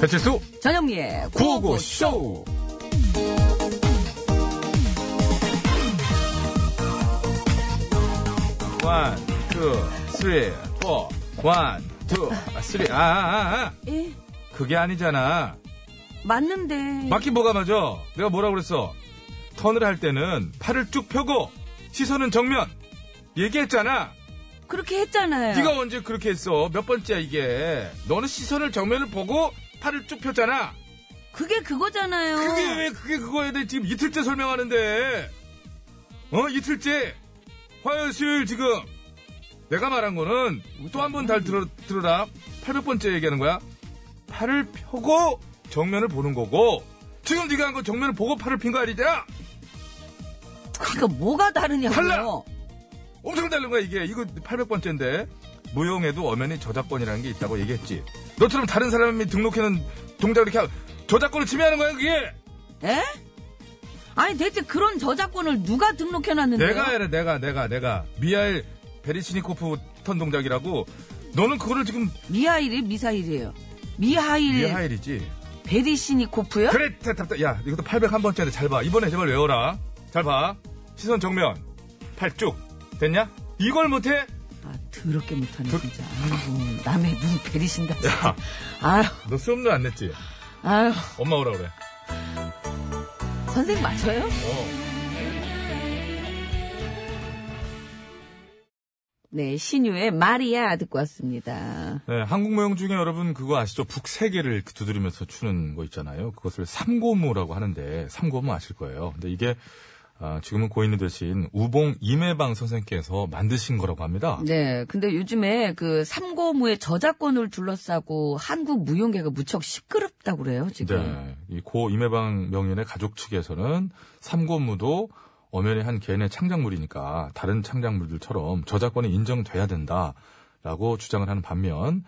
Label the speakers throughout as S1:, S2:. S1: 배칠수
S2: 전영미의
S1: 구호고
S2: 구호고쇼.
S1: 쇼. 원, 투, 쓰리, 포. 원, 투, 쓰리. 아, 아, 아, 아.
S2: 예,
S1: 그게 아니잖아.
S2: 맞는데.
S1: 맞긴 뭐가 맞아. 내가 뭐라 그랬어? 턴을 할 때는 팔을 쭉 펴고 시선은 정면. 얘기했잖아.
S2: 그렇게 했잖아요.
S1: 네가 언제 그렇게 했어? 몇 번째야 이게? 너는 시선을 정면을 보고 팔을 쭉 폈잖아.
S2: 그게 그거잖아요.
S1: 그게 왜 그게 그거야 돼 지금 이틀째 설명하는데 어 이틀째 화요일 수요일 지금 내가 말한 거는 또 한 번 잘 들어, 들어라 800번째 얘기하는 거야 팔을 펴고 정면을 보는 거고 지금 네가 한 거 정면을 보고 팔을 핀 거 아니냐
S2: 그러니까 뭐가 다르냐고요.
S1: 달라! 엄청 다른 거야 이게 이거 800번째인데 무용에도 엄연히 저작권이라는 게 있다고 얘기했지 너처럼 다른 사람이 등록해놓은 동작을 이렇게 하- 저작권을 침해하는 거야 그게
S2: 에? 예? 아니 대체 그런 저작권을 누가 등록해놨는데요?
S1: 내가 해라 내가 내가 내가 미하일 베리치니코프 턴 동작이라고 너는 그거를 지금
S2: 미하일이 미사일이에요. 미하일
S1: 미하일이지
S2: 베리시니코프요?
S1: 그래 답, 답, 야 이것도 801번째인데 잘봐 이번에 제발 외워라 잘 봐 시선 정면 팔 쭉 됐냐 이걸 못해
S2: 아 더럽게 못하네 진짜. 아이고 남의 눈 베리신다. 진짜.
S1: 그- 야,
S2: 아유
S1: 너 수업료 안 냈지
S2: 아유
S1: 엄마 오라 그래
S2: 선생 맞아요? 네 신유의 마리아 듣고 왔습니다.
S1: 네, 한국 무용 중에 여러분 그거 아시죠 북세계를 두드리면서 추는 거 있잖아요 그것을 삼고무라고 하는데 삼고무 아실 거예요 근데 이게 아, 지금은 고인이 되신 우봉 임해방 선생께서 만드신 거라고 합니다.
S2: 네, 근데 요즘에 그 삼고무의 저작권을 둘러싸고 한국 무용계가 무척 시끄럽다고 그래요 지금.
S1: 네. 이 고 임해방 명인의 가족 측에서는 삼고무도 엄연히 한 개인의 창작물이니까 다른 창작물들처럼 저작권이 인정돼야 된다라고 주장을 하는 반면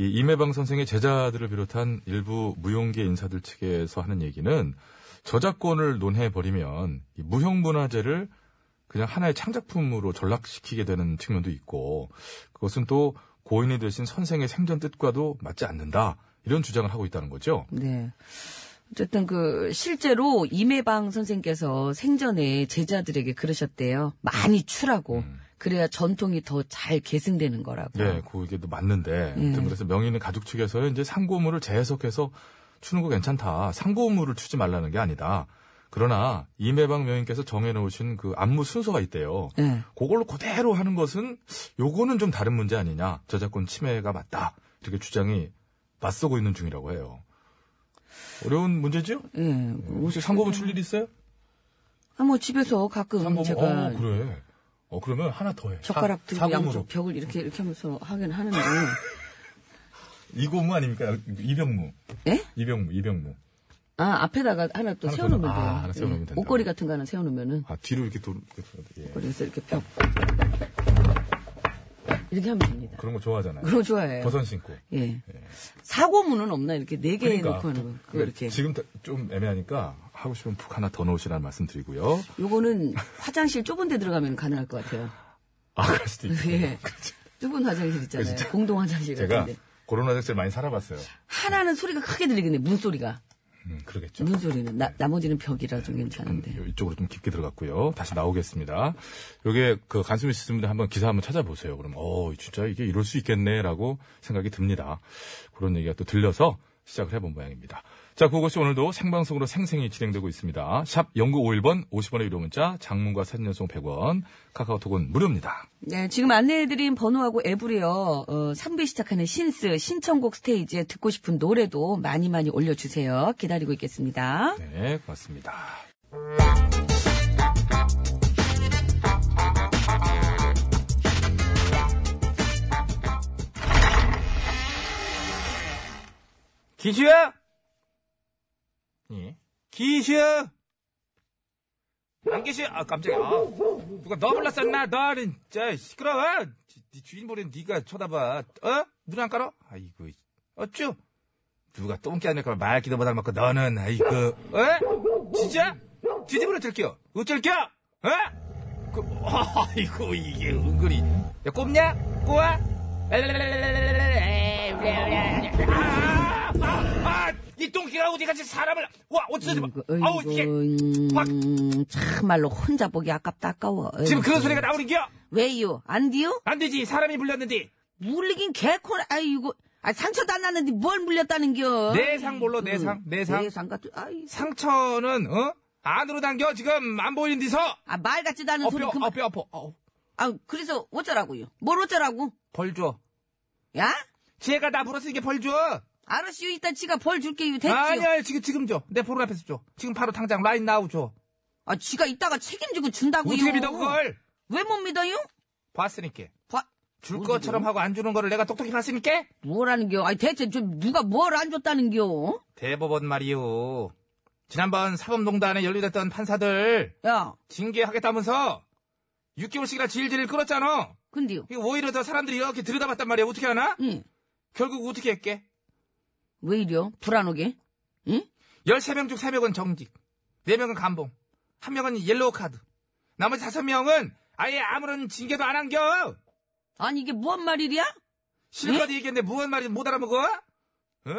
S1: 이 임해방 선생의 제자들을 비롯한 일부 무용계 인사들 측에서 하는 얘기는 저작권을 논해버리면 이 무형문화재를 그냥 하나의 창작품으로 전락시키게 되는 측면도 있고 그것은 또 고인이 되신 선생의 생전 뜻과도 맞지 않는다 이런 주장을 하고 있다는 거죠.
S2: 네. 어쨌든 그 실제로 임해방 선생께서 생전에 제자들에게 그러셨대요. 많이 추라고.
S1: 음.
S2: 그래야 전통이 더 잘 계승되는 거라고.
S1: 예, 그게 또 맞는데. 아무튼
S2: 음.
S1: 그래서 명인은 가족 측에서는 이제 상고물을 재해석해서 추는 거 괜찮다. 상고물을 추지 말라는 게 아니다. 그러나 임해방 명인께서 정해놓으신 그 안무 순서가 있대요.
S2: 네.
S1: 그걸로 그대로 하는 것은 요거는 좀 다른 문제 아니냐. 저작권 침해가 맞다. 이렇게 주장이 맞서고 있는 중이라고 해요. 어려운 문제죠?
S2: 예.
S1: 혹시 상고문 출 일 있어요?
S2: 아, 뭐 집에서 가끔
S1: 상고문?
S2: 제가
S1: 어, 그래. 어, 그러면 하나 더 해. 사-
S2: 젓가락 들고
S1: 사고문으로.
S2: 양쪽 벽을 이렇게 이렇게 하면서 하긴 하는데.
S1: 이고무 뭐 아닙니까? 이병무.
S2: 예?
S1: 이병무, 이병무.
S2: 아, 앞에다가 하나 또
S1: 하나
S2: 세워 놓으면
S1: 더-
S2: 돼요.
S1: 아, 하나 세워놓으면
S2: 예.
S1: 된다.
S2: 옷걸이 같은 거 하나 세워 놓으면은
S1: 아 뒤로 이렇게 돌 이렇게, 예.
S2: 그래서 이렇게 벽 이렇게 하면 됩니다.
S1: 그런 거 좋아하잖아요.
S2: 그거 좋아해요.
S1: 버선 신고.
S2: 예. 사고문은 없나 이렇게 네 개 놓고 하는 거. 그거 이렇게.
S1: 그러니까 지금 다- 좀 애매하니까 하고 싶으면 푹 하나 더 넣으시라는 말씀드리고요.
S2: 요거는 화장실 좁은 데 들어가면 가능할 것 같아요.
S1: 아 그럴 수도 있고.
S2: 예. 좁은 화장실 있잖아요. 공동 화장실
S1: 제가
S2: 같은데.
S1: 코로나 덕질 많이 살아봤어요.
S2: 하나는 소리가 크게 들리긴 해, 문소리가.
S1: 음, 그러겠죠.
S2: 문소리는. 나, 나머지는 벽이라 좀 괜찮은데.
S1: 요- 음, 이쪽으로 좀 깊게 들어갔고요. 다시 나오겠습니다. 요게 그 간수미 있으신 분들 한번 기사 한번 찾아보세요. 그럼 어 진짜 이게 이럴 수 있겠네라고 생각이 듭니다. 그런 얘기가 또 들려서 시작을 해본 모양입니다. 자, 그것이 오늘도 생방송으로 생생히 진행되고 있습니다. 샵 0951번 50원의 유료 문자, 장문과 사진 연속 100원, 카카오톡은 무료입니다.
S2: 네, 지금 안내해드린 번호하고 앱으로요, 어, 3부에 시작하는 신스, 신청곡 스테이지에 듣고 싶은 노래도 많이 많이 올려주세요. 기다리고 있겠습니다.
S1: 네, 고맙습니다. 기슈야! 예? 기슈! 안 계셔! 아, 깜짝이야. 아, 누가 너 불렀었나? 너는, 저, 시끄러워! 지- 네 주인 모르는 네가 쳐다봐. 어? 눈 안 깔아? 아이고, 어쭈? 누가 똥개 아닐까 말기도 못할 만큼 너는 아이고 어? 진짜? 뒤집으러 찔겨 어쩔겨? 어? 그, 아이고 이게 은근히 야 꼽냐? 꼬아? 아, 아, 아, 아우 네가 지금 사람을 와 어쩌지 마.
S2: 어이구,
S1: 아우 이게 확.
S2: 음, 참말로 혼자 보기 아깝다 아까워.
S1: 지금
S2: 어이구.
S1: 그런 소리가 나오는 겨?
S2: 왜요? 안 돼요?
S1: 안 되지 사람이 불렸는데
S2: 물리긴 개콘 아이고 아, 상처도 안 나는데 뭘 물렸다는겨? 음,
S1: 내상 몰라 내상 내상
S2: 내상 같은 아이
S1: 상처는 어 안으로 당겨 지금 안 보이는 데서
S2: 아, 말 같지도 않은 소리
S1: 어뼈
S2: 그만.
S1: 어뼈 아파 어,
S2: 아 그래서 어쩌라고요? 뭘 어쩌라고?
S1: 벌줘
S2: 야?
S1: 쟤가 나 불었으니까 벌줘
S2: 알았어요. 일단 지가 벌 줄게요. 됐지요.
S1: 아니야 아니, 지금 지금 줘내 보름 앞에서 줘 지금 바로 당장 라인 나우 줘
S2: 아, 지가 이따가 책임지고 준다고요.
S1: 어떻게 믿어 그걸
S2: 왜 못 믿어요?
S1: 봤으니까
S2: 봐.
S1: 줄 것처럼 하고 안 주는 거를 내가 똑똑히 봤으니까
S2: 뭐라는겨? 아니 대체 좀 누가 뭘 안 줬다는겨?
S1: 대법원 말이요 지난번 사법농단에 연루됐던 판사들
S2: 야,
S1: 징계하겠다면서 6개월씩이나 질질 끌었잖아
S2: 근데요.
S1: 이거 오히려 더 사람들이 이렇게 들여다봤단 말이야 어떻게 하나?
S2: 응.
S1: 결국 어떻게 했게?
S2: 왜 이래요? 불안하게?
S1: 13명 중 3명은 정직, 4명은 감봉, 1명은 옐로우 카드, 나머지 5명은 아예 아무런 징계도 안 한겨!
S2: 아니 이게 뭔 말이랴?
S1: 실컷
S2: 네?
S1: 얘기했는데 무언 말인지 못 알아먹어? 어?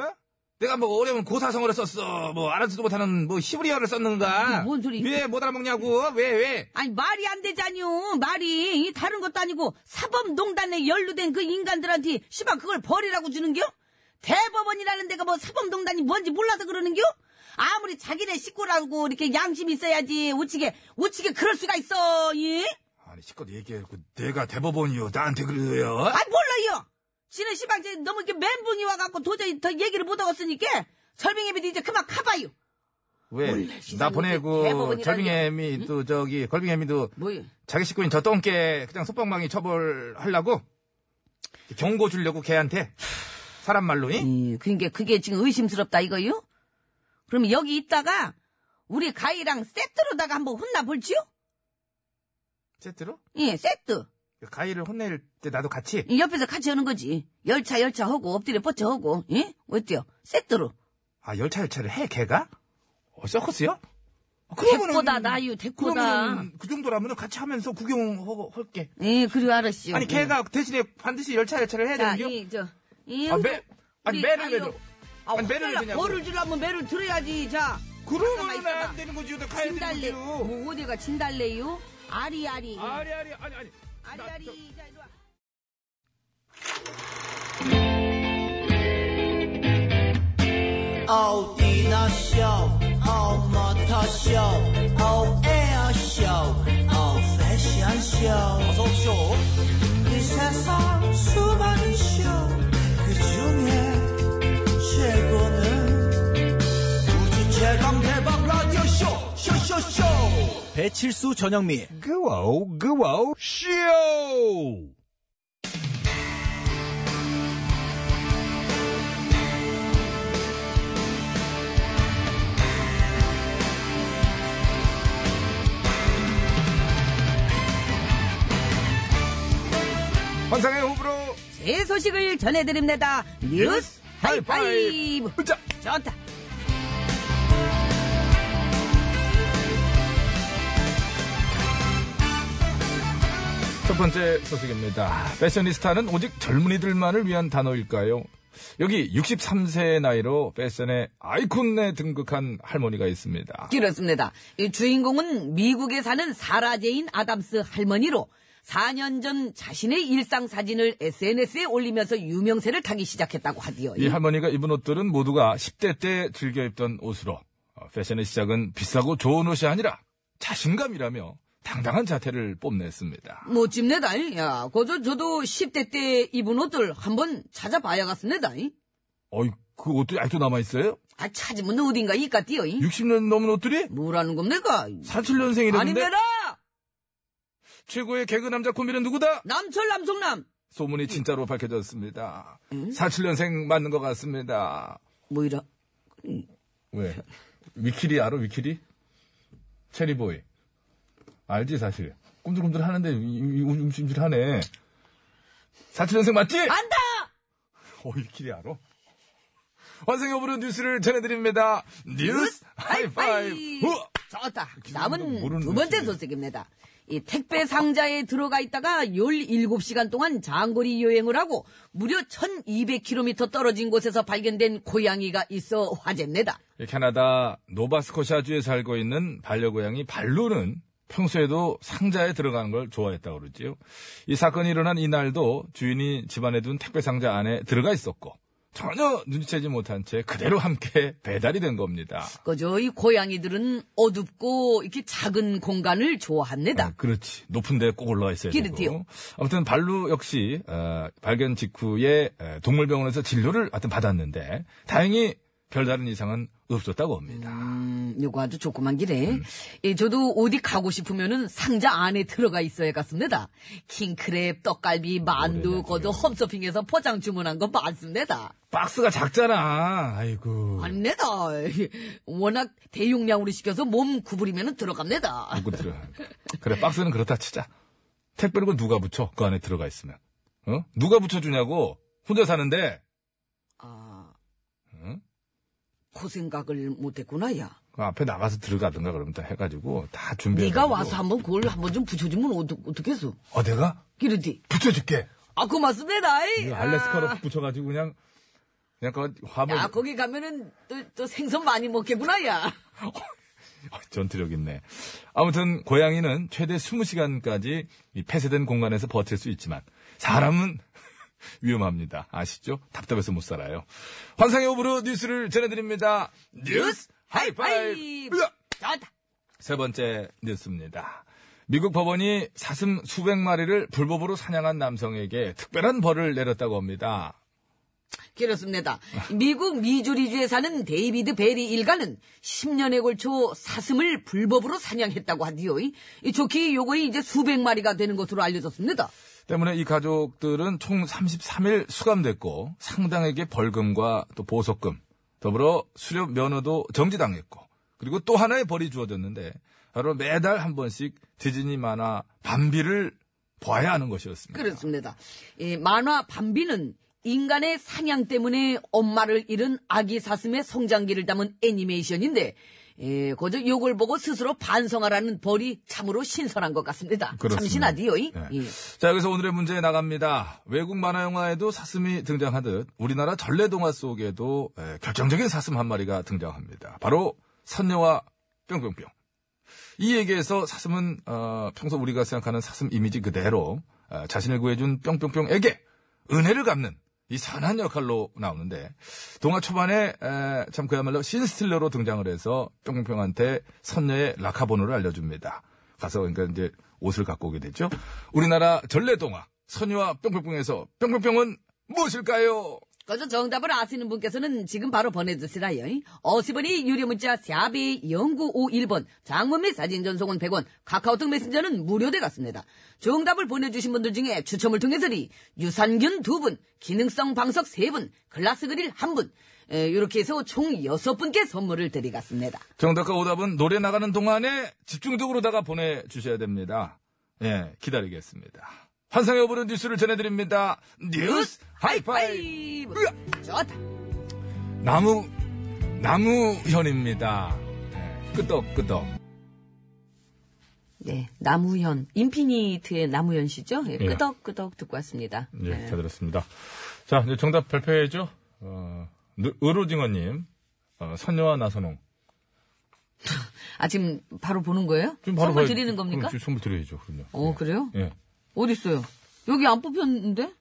S1: 내가 뭐 어려운 고사성어를 썼어. 뭐 알아듣지도 못하는 뭐 히브리어를 썼는가?
S2: 이게 뭔 소리?
S1: 왜 못 알아먹냐고? 왜, 왜?
S2: 아니 말이 안 되잖요. 말이 이 다른 것도 아니고 사법농단에 연루된 그 인간들한테 시방 그걸 벌이라고 주는겨? 대법원이라는 데가 뭐 사법농단이 뭔지 몰라서 그러는겨? 아무리 자기네 식구라고 이렇게 양심 있어야지 우치게 우치게 그럴 수가 있어 예?
S1: 아니, 실컷 얘기해놓고 내가 대법원이요. 나한테 그래요?
S2: 아이 몰라요. 지는 시방 제 너무 이렇게 멘붕이 와갖고 도저히 더 얘기를 못하겠으니까 절빙애비도 이제 그만 가봐요.
S1: 왜?
S2: 몰라,
S1: 나
S2: 시사는
S1: 보내고
S2: 대법원이라니.
S1: 절빙애미 또 저기 걸빙애미도
S2: 뭐요?
S1: 자기 식구인 저 똥개 그냥 소방망이 처벌하려고 경고 주려고 걔한테 사람 말로 잉?
S2: 예, 그러니까 그게 지금 의심스럽다 이거요? 그럼 여기 있다가 우리 가희랑 세트로다가 한번 혼나볼지요?
S1: 세트로
S2: 예, 세트.
S1: 가위를 혼낼 때 나도 같이
S2: 이 옆에서 같이 하는 거지. 열차 열차 하고 엎드려 뻗쳐 하고. 예? 어때요? 세트로.
S1: 아 열차 열차를 해 걔가 어, 서커스요? 아,
S2: 대꾸다 나유 대꾸다.
S1: 그러면은 그 정도라면 같이 하면서 구경하고 할게
S2: 예, 그리고 알았시요.
S1: 아니 걔가 대신에 반드시 열차 열차를 해야
S2: 자,
S1: 되는 게
S2: 이 저. 이
S1: 아, 매, 아니
S2: 우리
S1: 매를 왜
S2: 가위로-
S1: 줘?
S2: 아,
S1: 아니, 매를 왜
S2: 화를
S1: 주냐고.
S2: 벌을 주려면 매를 들어야지. 자. 잠깐만
S1: 그러면
S2: 있어봐.
S1: 안 되는 거지 나 가야 되는
S2: 진달래.
S1: 거지요
S2: 뭐 어디가 진달래요? 아리아리.
S1: 아니 아니 아니 아니
S2: 아리아리. 자, 이리 와.
S3: 어디나 쇼, 어머터 쇼, 어에어 쇼, 어패션 쇼. 어서 쇼. 이 세상 수많은 쇼, 그 중에 최고는 우주 최강 대박 라디오 쇼, 쇼쇼쇼. 배칠수 전영미.
S1: 그와우 그와우 쇼 환상의 호불호
S2: 새 소식을 전해드립니다. 뉴스 하이파이브.
S1: 자,
S2: 좋다.
S4: 첫 번째 소식입니다. 패셔니스타는 오직 젊은이들만을 위한 단어일까요? 여기 63세의 나이로 패션의 아이콘에 등극한 할머니가 있습니다.
S2: 그렇습니다. 이 주인공은 미국에 사는 사라 제인 아담스 할머니로 4년 전 자신의 일상 사진을 SNS에 올리면서 유명세를 타기 시작했다고 하디요.
S1: 예,
S4: 이 할머니가 입은 옷들은 모두가 10대 때 즐겨 입던 옷으로 어, 패션의 시작은 비싸고 좋은 옷이 아니라 자신감이라며 당당한 자태를 뽐냈습니다.
S2: 멋집니다. 이. 야, 그저 저도 10대 때 입은 옷들 한번 찾아봐야겠습니다. 이.
S4: 어이, 그 옷들이 아직도 남아있어요?
S2: 아, 찾으면 어딘가 있겠디요. 이.
S4: 60년 넘은 옷들이?
S2: 뭐라는 겁니까?
S4: 47년생이라는데
S2: 아닙니다!
S4: 최고의 개그 남자 코미는 누구다?
S2: 남철, 남성남!
S4: 소문이 진짜로 밝혀졌습니다. 47년생 맞는 것 같습니다.
S2: 뭐 이라.
S4: 왜? 위키리 알아? 위키리? 체리보이. 알지 사실. 꿈틀꿈틀 하는데 움찔움찔 하네. 47년생 맞지?
S2: 안다!
S4: 어, 위키리 알아? 환승의 오브로 뉴스를 전해드립니다. 뉴스 하이파이브!
S2: 하이파이브.
S4: 우와!
S2: 좋다.
S4: 기사는
S2: 남은
S4: 모르는
S2: 두 번째
S4: 뉴스네.
S2: 소식입니다. 이 택배 상자에 들어가 있다가 17시간 동안 장거리 여행을 하고 무려 1200km 떨어진 곳에서 발견된 고양이가 있어 화제입니다.
S1: 예, 캐나다 노바스코샤주에 살고 있는 반려고양이 발루는 평소에도 상자에 들어가는 걸 좋아했다고 그러지요. 이 사건이 일어난 이날도 주인이 집안에 둔 택배 상자 안에 들어가 있었고 전혀 눈치채지 못한 채 그대로 함께 배달이 된 겁니다.
S2: 그죠? 이 고양이들은 어둡고 이렇게 작은 공간을
S1: 아,
S2: 좋아합니다.
S1: 그렇지. 높은 데꼭 올라가 있어야
S2: 그렇지요.
S1: 되고. 아무튼 발루 역시 어, 발견 직후에 에, 동물병원에서 진료를 하여튼 받았는데 다행히 별다른 이상은 없었다고 합니다.
S2: 음, 요거 아주 조그만 길에.
S1: 음.
S2: 예, 저도 어디 가고 싶으면은 상자 안에 들어가 있어야 갔습니다. 킹크랩, 떡갈비, 만두, 거도 홈쇼핑에서 포장 주문한 거 많습니다.
S1: 박스가 작잖아. 아이고.
S2: 아닙니다. 워낙 대용량으로 시켜서 몸 구부리면 들어갑니다.
S1: 누구 들어. 그래 박스는 그렇다 치자. 택배를 그 누가 붙여? 그 안에 들어가 있으면. 어? 누가 붙여주냐고. 혼자 사는데.
S2: 아,
S1: 응?
S2: 그 생각을 못했구나, 야.
S1: 그 앞에 나가서 들어가든가 그러면 다 해가지고 다 준비해.
S2: 네가 와서 한번 그걸 한번 좀 붙여주면 어떡, 어떡해서.
S1: 어 내가
S2: 기르디.
S1: 붙여줄게.
S2: 아, 고맙습니다. 이.
S1: 이거
S2: 아.
S1: 알래스카로 붙여가지고 그냥 그냥 그 화물
S2: 야, 거기 가면은 또, 또 생선 많이 먹겠구나, 야.
S1: 어, 전투력 있네. 아무튼 고양이는 최대 20시간까지 이 폐쇄된 공간에서 버틸 수 있지만 사람은 위험합니다. 아시죠? 답답해서 못 살아요. 환상의 오브로 뉴스를 전해드립니다. 뉴스 하이파이브! 으아!
S2: 좋다.
S1: 세 번째 뉴스입니다. 미국 법원이 사슴 수백 마리를 불법으로 사냥한 남성에게 특별한 벌을 내렸다고 합니다.
S2: 그렇습니다. 미국 미주리주에 사는 데이비드 베리 일가는 10년에 걸쳐 사슴을 불법으로 사냥했다고 하디요. 이 좋기 요거이 이제 수백 마리가 되는 것으로 알려졌습니다.
S1: 때문에 이 가족들은 총 33일 수감됐고 상당액의 벌금과 또 보석금 더불어 수료 면허도 정지당했고 그리고 또 하나의 벌이 주어졌는데 바로 매달 한 번씩 디즈니 만화 밤비를 봐야 하는 것이었습니다.
S2: 그렇습니다. 이 만화 밤비는 인간의 사냥 때문에 엄마를 잃은 아기 사슴의 성장기를 담은 애니메이션인데, 예, 거저 요걸 보고 스스로 반성하라는 벌이 참으로 신선한 것 같습니다.
S1: 그렇습니다.
S2: 참신하디요. 이?
S1: 네.
S2: 예.
S1: 자 여기서 오늘의 문제 나갑니다. 외국 만화 영화에도 사슴이 등장하듯 우리나라 전래 동화 속에도 에, 결정적인 사슴 한 마리가 등장합니다. 바로 선녀와 뿅뿅뿅. 이 얘기에서 사슴은 어, 평소 우리가 생각하는 사슴 이미지 그대로 어, 자신을 구해준 뿅뿅뿅에게 은혜를 갚는 이 선한 역할로 나오는데 동화 초반에 에, 참 그야말로 신스틸러로 등장을 해서 뿅뿅뿅한테 선녀의 라카번호를 알려줍니다. 가서 그러니까 이제 옷을 갖고 오게 되죠. 우리나라 전래 동화 선녀와 뿅뿅뿅에서 뿅뿅뿅은 무엇일까요?
S2: 거저 정답을 아시는 분께서는 지금 바로 보내주시라요. 50원이 유료 문자 샵이 0951번, 장문 및 사진 전송은 100원, 카카오톡 메신저는 무료되갔습니다. 정답을 보내주신 분들 중에 추첨을 통해서리 유산균 2분, 기능성 방석 3분, 글라스 그릴 1분, 이렇게 해서 총 6분께 선물을 드리겠습니다.
S1: 정답과 오답은 노래 나가는 동안에 집중적으로다가 보내주셔야 됩니다. 예, 기다리겠습니다. 환상의 오브로 뉴스를 전해드립니다. 뉴스 하이파이!
S2: 하이파이브!
S1: 으아!
S2: 좋다.
S1: 나무, 나무현입니다. 예, 끄덕끄덕.
S2: 네, 나무현, 인피니트의 나무현 씨죠? 예,
S5: 예.
S2: 끄덕끄덕 듣고 왔습니다.
S5: 예, 잘 들었습니다. 자, 이제 정답 발표해야죠. 어, 느- 의로징어님, 어, 선녀와 나선홍.
S2: 아, 지금 바로 보는 거예요?
S5: 지금 바로 음,
S2: 선물
S5: 봐야-
S2: 드리는 겁니까?
S5: 그럼 지금 선물 드려야죠, 그럼요.
S2: 어,
S5: 예.
S2: 그래요?
S5: 예.
S2: 어딨어요? 여기 안 뽑혔는데?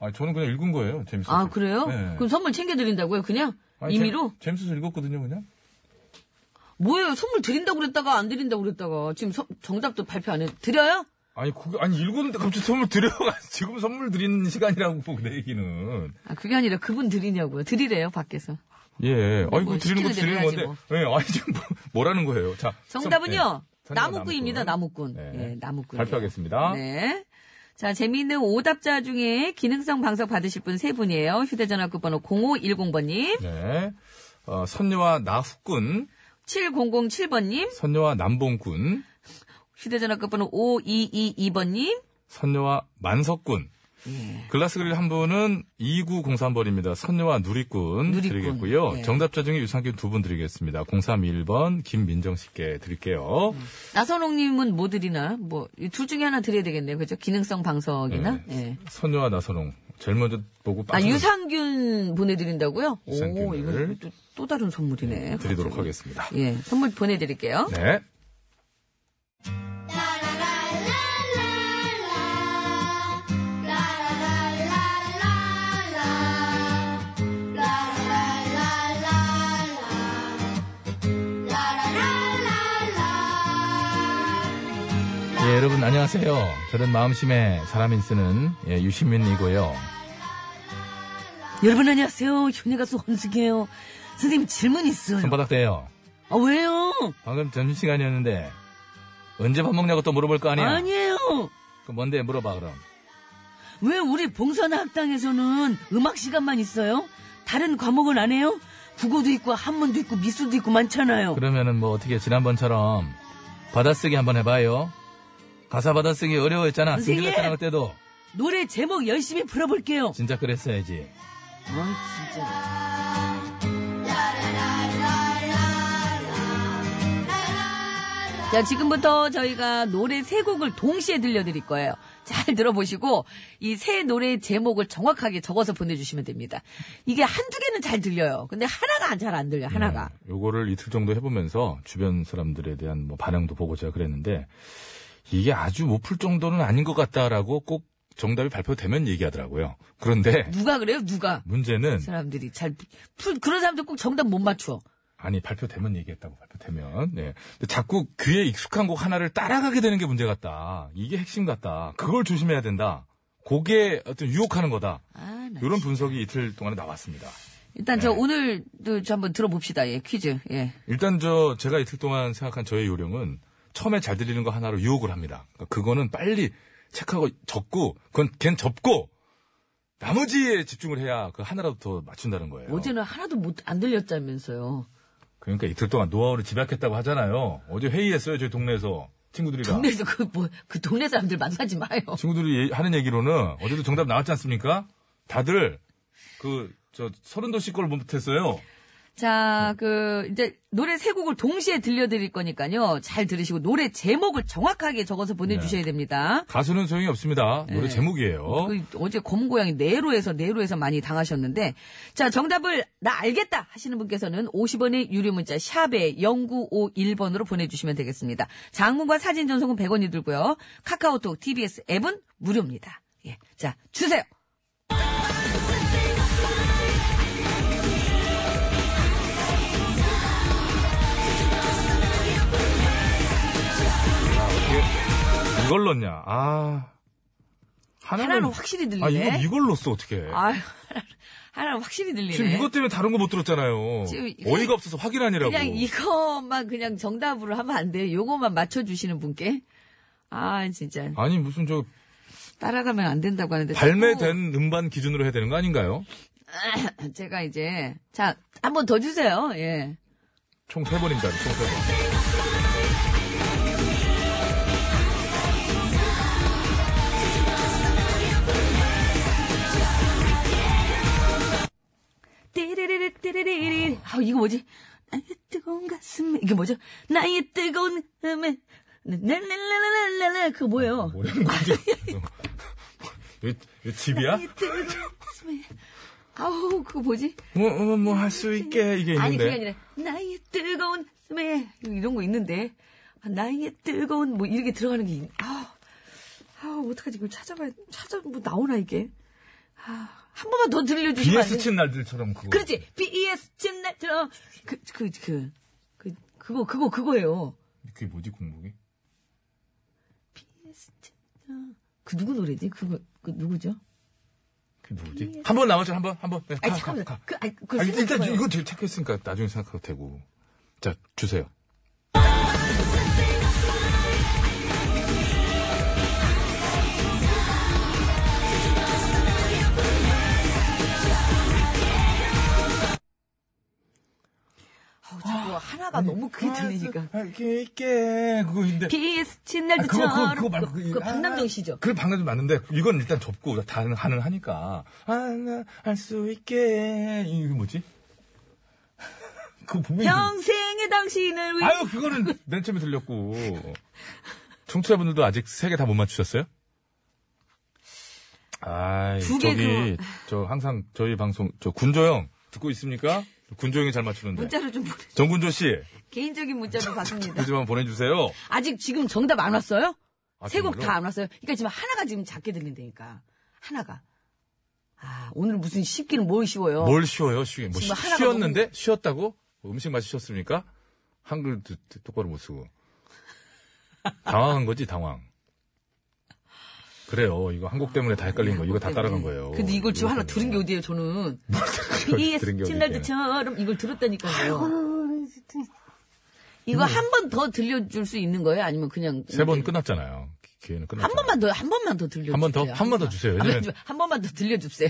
S5: 아, 저는 그냥 읽은 거예요, 재밌어서.
S2: 아, 그래요?
S5: 예.
S2: 그럼 선물 챙겨드린다고요? 그냥?
S5: 아니,
S2: 임의로?
S5: 재, 재밌어서 읽었거든요, 그냥.
S2: 뭐예요? 선물 드린다고 그랬다가 안 드린다고 그랬다가 지금 서- 정답도 발표 안 해. 드려요?
S5: 아니, 그게, 아니, 읽었는데 갑자기 선물 드려. 지금 선물 드리는 시간이라고, 내 얘기는.
S2: 아, 그게 아니라 그분 드리냐고요. 드리래요, 밖에서.
S5: 예. 아니,
S2: 뭐
S5: 그 드리는 거
S2: 시키는
S5: 드리는
S2: 대로 해야지
S5: 건데. 예, 아니, 지금 뭐, 라는 거예요. 자.
S2: 정답은요?
S5: 선- 예.
S2: 나무꾼입니다, 나무꾼.
S5: 예.
S2: 예, 나무꾼.
S5: 발표하겠습니다.
S2: 네. 자, 재미있는 오답자 중에 기능성 방석 받으실 분 세 분이에요. 휴대전화 끝번호 0510번님,
S5: 네. 어, 선녀와 나후군,
S2: 7007번님,
S5: 선녀와 남봉군,
S2: 휴대전화 끝번호 5222번님,
S5: 선녀와 만석군,
S2: 예.
S1: 글라스 그릴 한 분은 2903번입니다. 선녀와 누리꾼,
S2: 누리꾼.
S1: 드리겠고요.
S2: 예.
S1: 정답자 중에 유산균 두 분 드리겠습니다. 031번 김민정 씨께 드릴게요.
S2: 음. 나선홍님은 뭐 드리나? 뭐, 이 둘 중에 하나 드려야 되겠네요. 그죠? 기능성 방석이나?
S1: 네.
S2: 예.
S1: 선녀와 나선홍. 제일 먼저 보고
S2: 아,
S1: 빠지는
S2: 유산균 보내드린다고요? 오,
S1: 유산균을.
S2: 이건 또, 또 다른 선물이네.
S1: 드리도록
S2: 갑자기.
S1: 하겠습니다.
S2: 예, 선물 보내드릴게요.
S1: 네. 예, 여러분 안녕하세요. 저는 마음심에 사람인 쓰는 예, 유시민이고요.
S2: 여러분 안녕하세요. 현예 가수 헌숙이에요. 선생님 질문 있어요.
S1: 손바닥 대요.
S2: 아, 왜요?
S1: 방금 점심시간이었는데 언제 밥 먹냐고 또 물어볼 거 아니야?
S2: 아니에요.
S1: 그 뭔데 물어봐 그럼.
S2: 왜 우리 봉선 학당에서는 음악 시간만 있어요? 다른 과목은 안 해요? 국어도 있고 한문도 있고 미술도 있고 많잖아요.
S1: 그러면은 뭐 어떻게 지난번처럼 받아쓰기 한번 해봐요. 가사 받아쓰기 어려워했잖아.
S2: 선생님!
S1: 힘들었잖아 그때도.
S2: 노래 제목 열심히 풀어볼게요.
S1: 진짜 그랬어야지.
S2: 아, 진짜. 자, 지금부터 저희가 노래 세 곡을 동시에 들려드릴 거예요. 잘 들어보시고, 이 세 노래의 제목을 정확하게 적어서 보내주시면 됩니다. 이게 한두 개는 잘 들려요. 근데 하나가 잘 안 들려요, 하나가.
S1: 네, 요거를 이틀 정도 해보면서 주변 사람들에 대한 뭐 반응도 보고 제가 그랬는데 이게 아주 못 풀 정도는 아닌 것 같다라고 꼭 정답이 발표되면 얘기하더라고요. 그런데
S2: 누가 그래요, 누가?
S1: 문제는
S2: 사람들이 잘, 풀, 그런 사람들 꼭 정답 못 맞춰.
S1: 아니 발표되면 얘기했다고 발표되면 네. 근데 자꾸 귀에 익숙한 곡 하나를 따라가게 되는 게 문제 같다. 이게 핵심 같다. 그걸 조심해야 된다. 그게 어떤 유혹하는 거다.
S2: 아, 네. 나.
S1: 이런 분석이 이틀 동안에 나왔습니다.
S2: 일단 저 오늘도 저 한번 들어봅시다, 예, 퀴즈, 예.
S1: 일단 저 제가 이틀 동안 생각한 저의 요령은 처음에 잘 들리는 거 하나로 유혹을 합니다. 그거는 빨리 체크하고 적고 그건 걘 접고 나머지에 집중을 해야 그 하나라도 더 맞춘다는 거예요.
S2: 어제는 하나도 못, 안 들렸다면서요.
S1: 그러니까 이틀 동안 노하우를 집약했다고 하잖아요. 어제 회의했어요 저희 동네에서 친구들이랑.
S2: 동네에서 그, 뭐, 그 동네 사람들 만나지 마요.
S1: 친구들이 얘- 하는 얘기로는 어제도 정답 나왔지 않습니까? 다들 그 저 서른 도씨 걸 못했어요.
S2: 자, 그, 이제, 노래 세 곡을 동시에 들려드릴 거니까요. 잘 들으시고, 노래 제목을 정확하게 적어서 보내주셔야
S1: 네.
S2: 됩니다.
S1: 가수는 소용이 없습니다. 노래 제목이에요.
S2: 네. 그 어제 검은 고양이 네로에서, 네로에서 많이 당하셨는데. 자, 정답을, 나 알겠다! 하시는 분께서는 50원의 유료 문자, 샵에 0951번으로 보내주시면 되겠습니다. 장문과 사진 전송은 100원이 들고요. 카카오톡, TBS 앱은 무료입니다. 예. 자, 주세요!
S1: 이걸 넣냐? 아 하나는,
S2: 하나는 확실히 들리네.
S1: 아 이거 이걸 넣었어 어떻게?
S2: 아유, 하나는 확실히 들리네.
S1: 지금 이것 때문에 다른 거 못 들었잖아요.
S2: 지금 이거-
S1: 어이가 없어서 확인하느라고.
S2: 그냥 이것만 그냥 정답으로 하면 안 돼요. 요것만 맞춰주시는 분께. 아, 진짜.
S1: 아니 무슨 저
S2: 따라가면 안 된다고 하는데.
S1: 발매된 음반 기준으로 해야 되는 거 아닌가요?
S2: 자꾸 제가 이제. 자, 한 번 더 주세요. 예.
S1: 총 세 번입니다. 총 세 번.
S2: 띠리리리, 띠리리리. 아, 이거 뭐지? 나의 뜨거운 가슴에. 이게 뭐죠? 나의 뜨거운 음에. 네, 랄랄랄랄랄랄. 네, 그거 뭐예요?
S1: 뭐라는 거지? 이거- 이거 집이야?
S2: 나의 뜨거운 가슴에. 아우, 그거 뭐지?
S1: 뭐뭐 할 수 있게 이게 예, 있는데.
S2: 아니 그게 아니라 나의 뜨거운 스매 이런 거 있는데 아, 나의 뜨거운 뭐 이렇게 들어가는 게 있- 아우 아우 어떡하지 이걸 찾아봐야 찾아 뭐 나오나 이게 아, 한 번만 더 들려주시면 안
S1: BS
S2: 돼요?
S1: 친 날들처럼 그거.
S2: 그렇지 BES 친날 그그그 그, 그거 그거 그거예요
S1: 그게 뭐지 공복이?
S2: 그 누구 노래지 그거 그 누구죠
S1: 그게 뭐지? 한 번 남았죠 한 번 한 번. 네,
S2: 아니
S1: 가,
S2: 잠깐만
S1: 가, 가.
S2: 그 아니 그
S1: 아니, 일단
S2: 생각해봐요.
S1: 이거 제일 착했으니까 나중에 생각해도 되고. 자 주세요.
S2: 아우, 자꾸 하나가 너무 크게 들리니까.
S1: 아, 이게, 이게, 그거인데.
S2: 비스친
S1: 아,
S2: 날도
S1: 그거, 그거, 그거 말고.
S2: 그, 거
S1: 아,
S2: 박남정 씨죠?
S1: 그 박남정 맞는데, 이건 일단 접고, 다 가능하니까. 아, 나알수 있게. 이게 뭐지? 그거 분명히.
S2: 평생의 당신을 위해.
S1: 아유, 그거는 맨 처음에 들렸고. 청취자분들도 아직 세 개 다 못 맞추셨어요? 아이,
S2: 두 개,
S1: 저기, 저 항상 저희 방송, 저 군조영 듣고 있습니까? 군조영이 잘 맞추는데.
S2: 문자로 좀 보내.
S1: 정군조 씨,
S2: 개인적인 문자로 받습니다.
S1: 그지만 보내주세요.
S2: 아직 지금 정답 안 왔어요?
S1: 아,
S2: 세 곡 다
S1: 정말로?
S2: 안 왔어요. 그러니까 지금 하나가 지금 작게 들린다니까. 하나가. 아, 오늘 무슨 쉽기는 뭘 쉬워요.
S1: 뭘 쉬어요, 쉬게. 뭐, 쉬,
S2: 지금 하나가
S1: 쉬었는데? 쉬었다고? 뭐 음식 마시셨습니까? 한글도 똑바로 못 쓰고. 당황한 거지, 당황. 그래요. 이거 한국 때문에 다 헷갈린 거. 이거 다 따라간 거예요.
S2: 아, 네, 근데 이걸 지금 하나 들은
S1: 때문에.
S2: 게 어디예요, 저는.
S1: 그걸
S2: BS
S1: 들은 게 어디 있겠네.
S2: 친날드처럼 이걸 들었다니까요. 이거 한 번 더 들려줄 수 있는 거예요? 아니면 그냥.
S1: 음. 세 번 끝났잖아요. 기- 기회는 끝났죠.
S2: 한 번만 더, 한 번만 더 들려주세요.
S1: 한번 더? 한번더
S2: 번만.
S1: 주세요.
S2: 아,
S1: 왜냐면-
S2: 왜냐면 한 번만 더 들려주세요.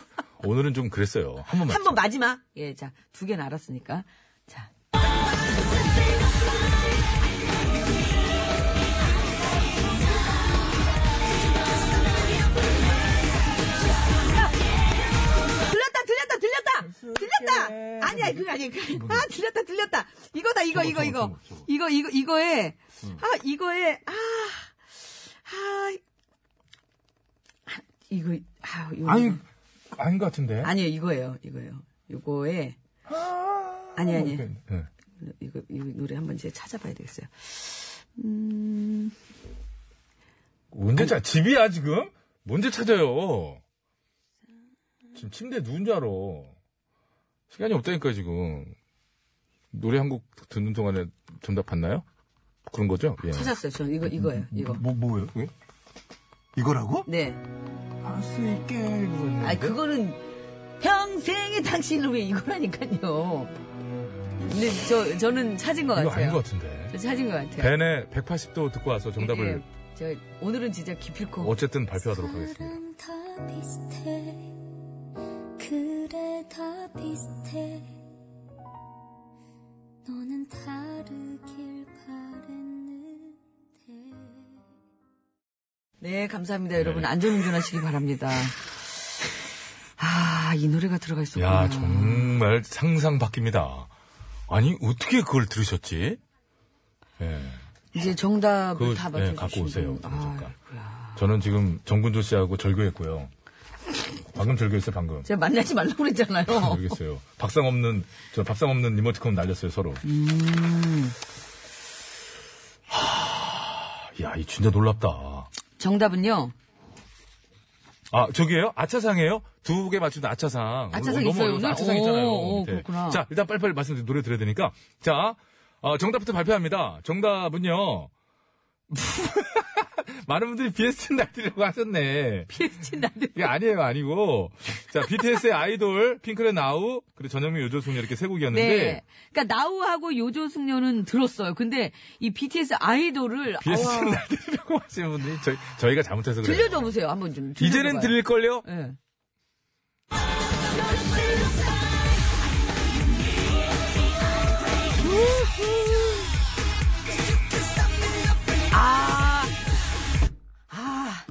S1: 오늘은 좀 그랬어요. 한 번만.
S2: 한 번 마지막. 예, 자, 두 개는 알았으니까. 자. 들렸다, 들렸다, 들렸다! 들렸다! 아니야, 그거 아니야. 그거. 아, 들렸다, 들렸다. 이거다, 이거, 이거, 이거. 이거, 이거, 이거에. 아, 이거에. 아. 아. 아, 이거, 아, 이거.
S1: 아니, 아닌 것 같은데.
S2: 아니요, 이거예요, 이거예요. 이거에. 아니, 아니.
S1: 네.
S2: 이거, 이 노래 한번 제가 찾아봐야 되겠어요. 음,
S1: 언제 자, 집이야, 지금? 뭔데 찾아요? 지금 침대에 누운 줄 알아. 시간이 없다니까, 지금. 노래 한 곡 듣는 동안에 정답 봤나요? 그런 거죠? 예.
S2: 찾았어요, 저는. 이거, 이거예요, 이거.
S1: 뭐, 뭐예요? 그게? 이거라고?
S2: 네.
S1: 알수 있게, 그거는.
S2: 아 그거는 평생의 당신을 위해 이거라니까요. 근데 저, 저는 찾은 것
S1: 이거
S2: 같아요.
S1: 아닌 것 같은데.
S2: 저 찾은 것 같아요.
S1: 벤의 180도 듣고 와서 정답을
S2: 예, 저 오늘은 진짜 기필코.
S1: 어쨌든 발표하도록 하겠습니다.
S6: 사람 다 비슷해 그래 다 비슷해 너는 다르길 바랬는데
S2: 네, 감사합니다, 여러분. 안전운전하시기 바랍니다. 아, 이 노래가 들어가 있었구나.
S1: 야, 정말 상상 바뀝니다. 아니, 어떻게 그걸 들으셨지? 예.
S2: 이제
S1: 그거,
S2: 정답을 다
S1: 예,
S2: 맞춰주시고.
S1: 갖고 오세요, 잠깐.
S2: 아이고야.
S1: 저는 지금 정군조 씨하고 절교했고요. 방금 절교했어요, 방금.
S2: 제가 만나지 말라고 그랬잖아요.
S1: 모르겠어요. 밥상 없는, 저 밥상 없는 이모티콘 날렸어요, 서로. 하, 야, 이 진짜 놀랍다.
S2: 정답은요.
S1: 아, 저기예요 아차상이에요? 두 개 맞추는 아차상.
S2: 아차상
S1: 너무
S2: 있어요,
S1: 어려워서
S2: 오늘?
S1: 아차상 있잖아요.
S2: 오, 오,
S1: 밑에.
S2: 그렇구나.
S1: 자, 일단 빨리빨리 말씀드리 노래 들어야 되니까. 자, 어, 정답부터 발표합니다. 정답은요. 많은 분들이 BS 날들이라고 하셨네.
S2: 피해친 나들.
S1: 이게 아니에요, 아니고. 자, BTS의 아이돌, 핑클의 나우, 그리고 전현미 요조승 이렇게 세 곡이었는데.
S2: 네. 그러니까 나우하고 요조숙녀는 들었어요. 근데 이 BTS 아이돌을
S1: BS
S2: 아와,
S1: 날들이라고 하시는 분들이 저희, 저희가 잘못해서 그래요.
S2: 들려줘 보세요. 한번 좀. 들려줘봐요.
S1: 이제는 들릴걸요?
S2: 예. 아, 아,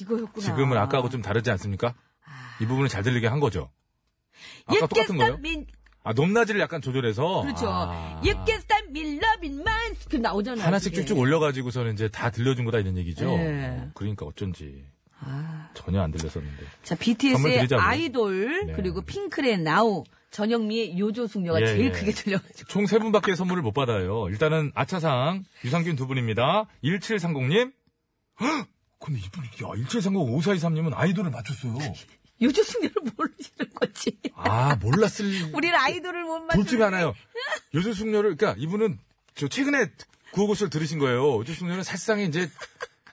S2: 이거였구나.
S1: 지금은 아까하고 좀 다르지 않습니까? 이 부분을 잘 들리게 한 거죠. 아까 똑같은 거예요?
S2: 민,
S1: 아, 높낮이를 약간 조절해서.
S2: 그렇죠.
S1: 아.
S2: You can stop me loving mine. 그 나오잖아요.
S1: 하나씩
S2: 그게.
S1: 쭉쭉 올려가지고서는 이제 다 들려준 거다 이런 얘기죠.
S2: 네.
S1: 어, 그러니까 어쩐지
S2: 아.
S1: 전혀 안 들렸었는데.
S2: 자,
S1: 선물
S2: BTS의
S1: 드리자고요.
S2: 아이돌,
S1: 네.
S2: 그리고 핑클의 나우, 전영미의 요조숙녀가
S1: 예,
S2: 제일
S1: 예.
S2: 크게 들려가지고.
S1: 총 세 분밖에 선물을 못 받아요. 일단은 아차상 유상균 두 분입니다. 1730님. 헉! 근데 이분, 야, 1730 5423님은 아이돌을 맞췄어요.
S2: 요조숙녀를 모르시는 거지.
S1: 아, 몰랐을.
S2: 우리는 아이돌을 못
S1: 둘 중에
S2: 맞추는.
S1: 하나요. 요즘 숙녀를, 그러니까 이분은 저 최근에 구호고쇼를 들으신 거예요. 요즘 숙녀는 사실상 이제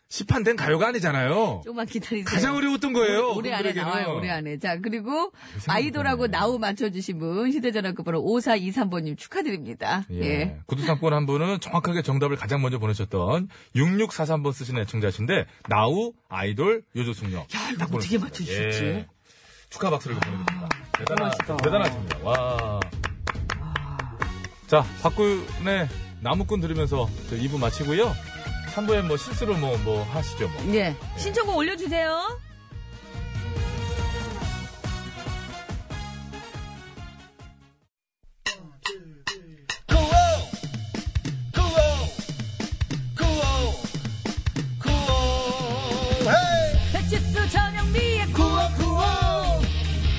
S1: 시판된 가요가 아니잖아요.
S2: 조금만 기다리세요.
S1: 가장 어려웠던 거예요.
S2: 올해 안에
S1: 그분들에게는.
S2: 나와요, 올해 안에. 자, 그리고 아이돌하고 나우 맞춰주신 분, 휴대전화 끝번호 5423번님 축하드립니다.
S1: 예.
S2: 예.
S1: 구두상권 한 분은 정확하게 정답을 가장 먼저 보내셨던 6643번 쓰신 애청자신데, 나우, 아이돌, 요조숙녀. 예. 야,
S2: 이거 어떻게 맞춰주셨지? 아,
S1: 축하 박수를 보내드립니다. 대단하, 대단하십니다. 와. 자, 박근혜 나무꾼 들으면서 저 2부 마치고요. 3부에 뭐 실수로 뭐, 뭐 하시죠. 뭐.
S2: 예. 신청곡 올려주세요. 배치수 전영미의 구호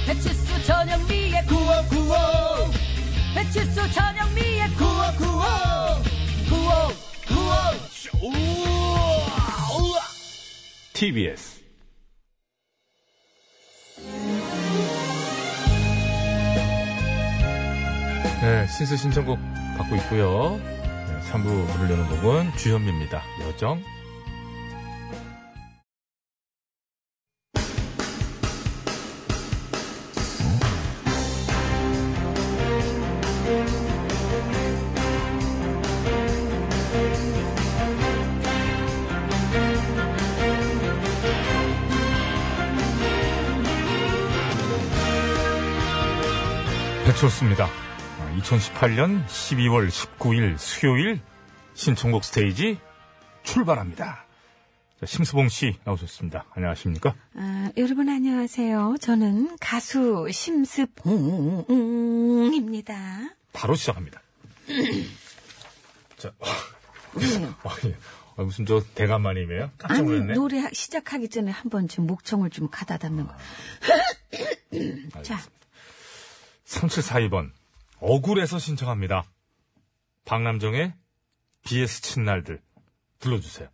S2: 배치수 전영미의 구호 배치수 전영미의 구호
S1: TBS. 네, 신스 신청곡 받고 있고요. 네, 3부 부르려는 곡은 주현미입니다. 여정. 배철수입니다. 아, 2018년 12월 19일 수요일 신청곡 스테이지 출발합니다. 자, 심수봉 씨 나오셨습니다. 안녕하십니까?
S7: 아, 여러분 안녕하세요. 저는 가수 심스봉입니다.
S1: 바로 시작합니다. 자, 아, 예. 아, 무슨 저 대감마님이에요? 깜짝
S7: 아니
S1: 놀랐네.
S7: 노래 시작하기 전에 한번 좀 목청을 좀 가다듬는 거. 자,
S1: 3742번. 억울해서 신청합니다. 박남정의 BS 친 날들. 불러주세요.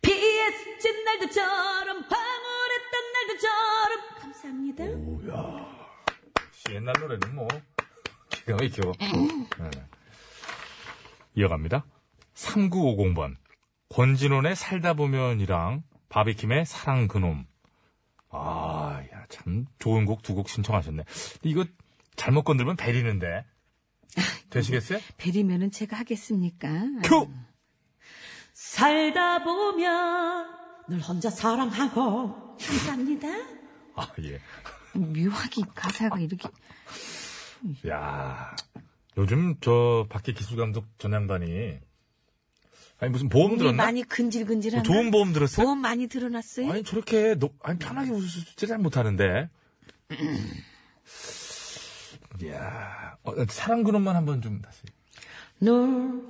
S2: BS 찐 날들처럼 방울했던 날들처럼 감사합니다.
S1: 역시 옛날 노래는 뭐 기가 막혀. 네. 이어갑니다. 3950번 권진원의 살다 보면이랑 바비킴의 사랑 그놈. 아, 야, 참 좋은 곡 두 곡 신청하셨네. 근데 이거 잘못 건들면 베리는데 되시겠어요?
S7: 네. 베리면은 제가 하겠습니까?
S1: 큐.
S2: 살다 보면 널 혼자 사랑하고
S7: 감사합니다.
S1: 아 예.
S7: 묘하게 가사가 이렇게
S1: 아, 야, 요즘 저 밖에 기술 감독 전양반이 아니 무슨 보험 들었나?
S7: 네, 많이 근질근질한
S1: 좋은 보험 들었어요?
S7: 보험 많이 드러났어요.
S1: 아니 저렇게 노- 아니 편하게 웃으시지 잘 못하는데. 이야, 어, 사랑 그놈만 한번 좀 다시.
S7: 널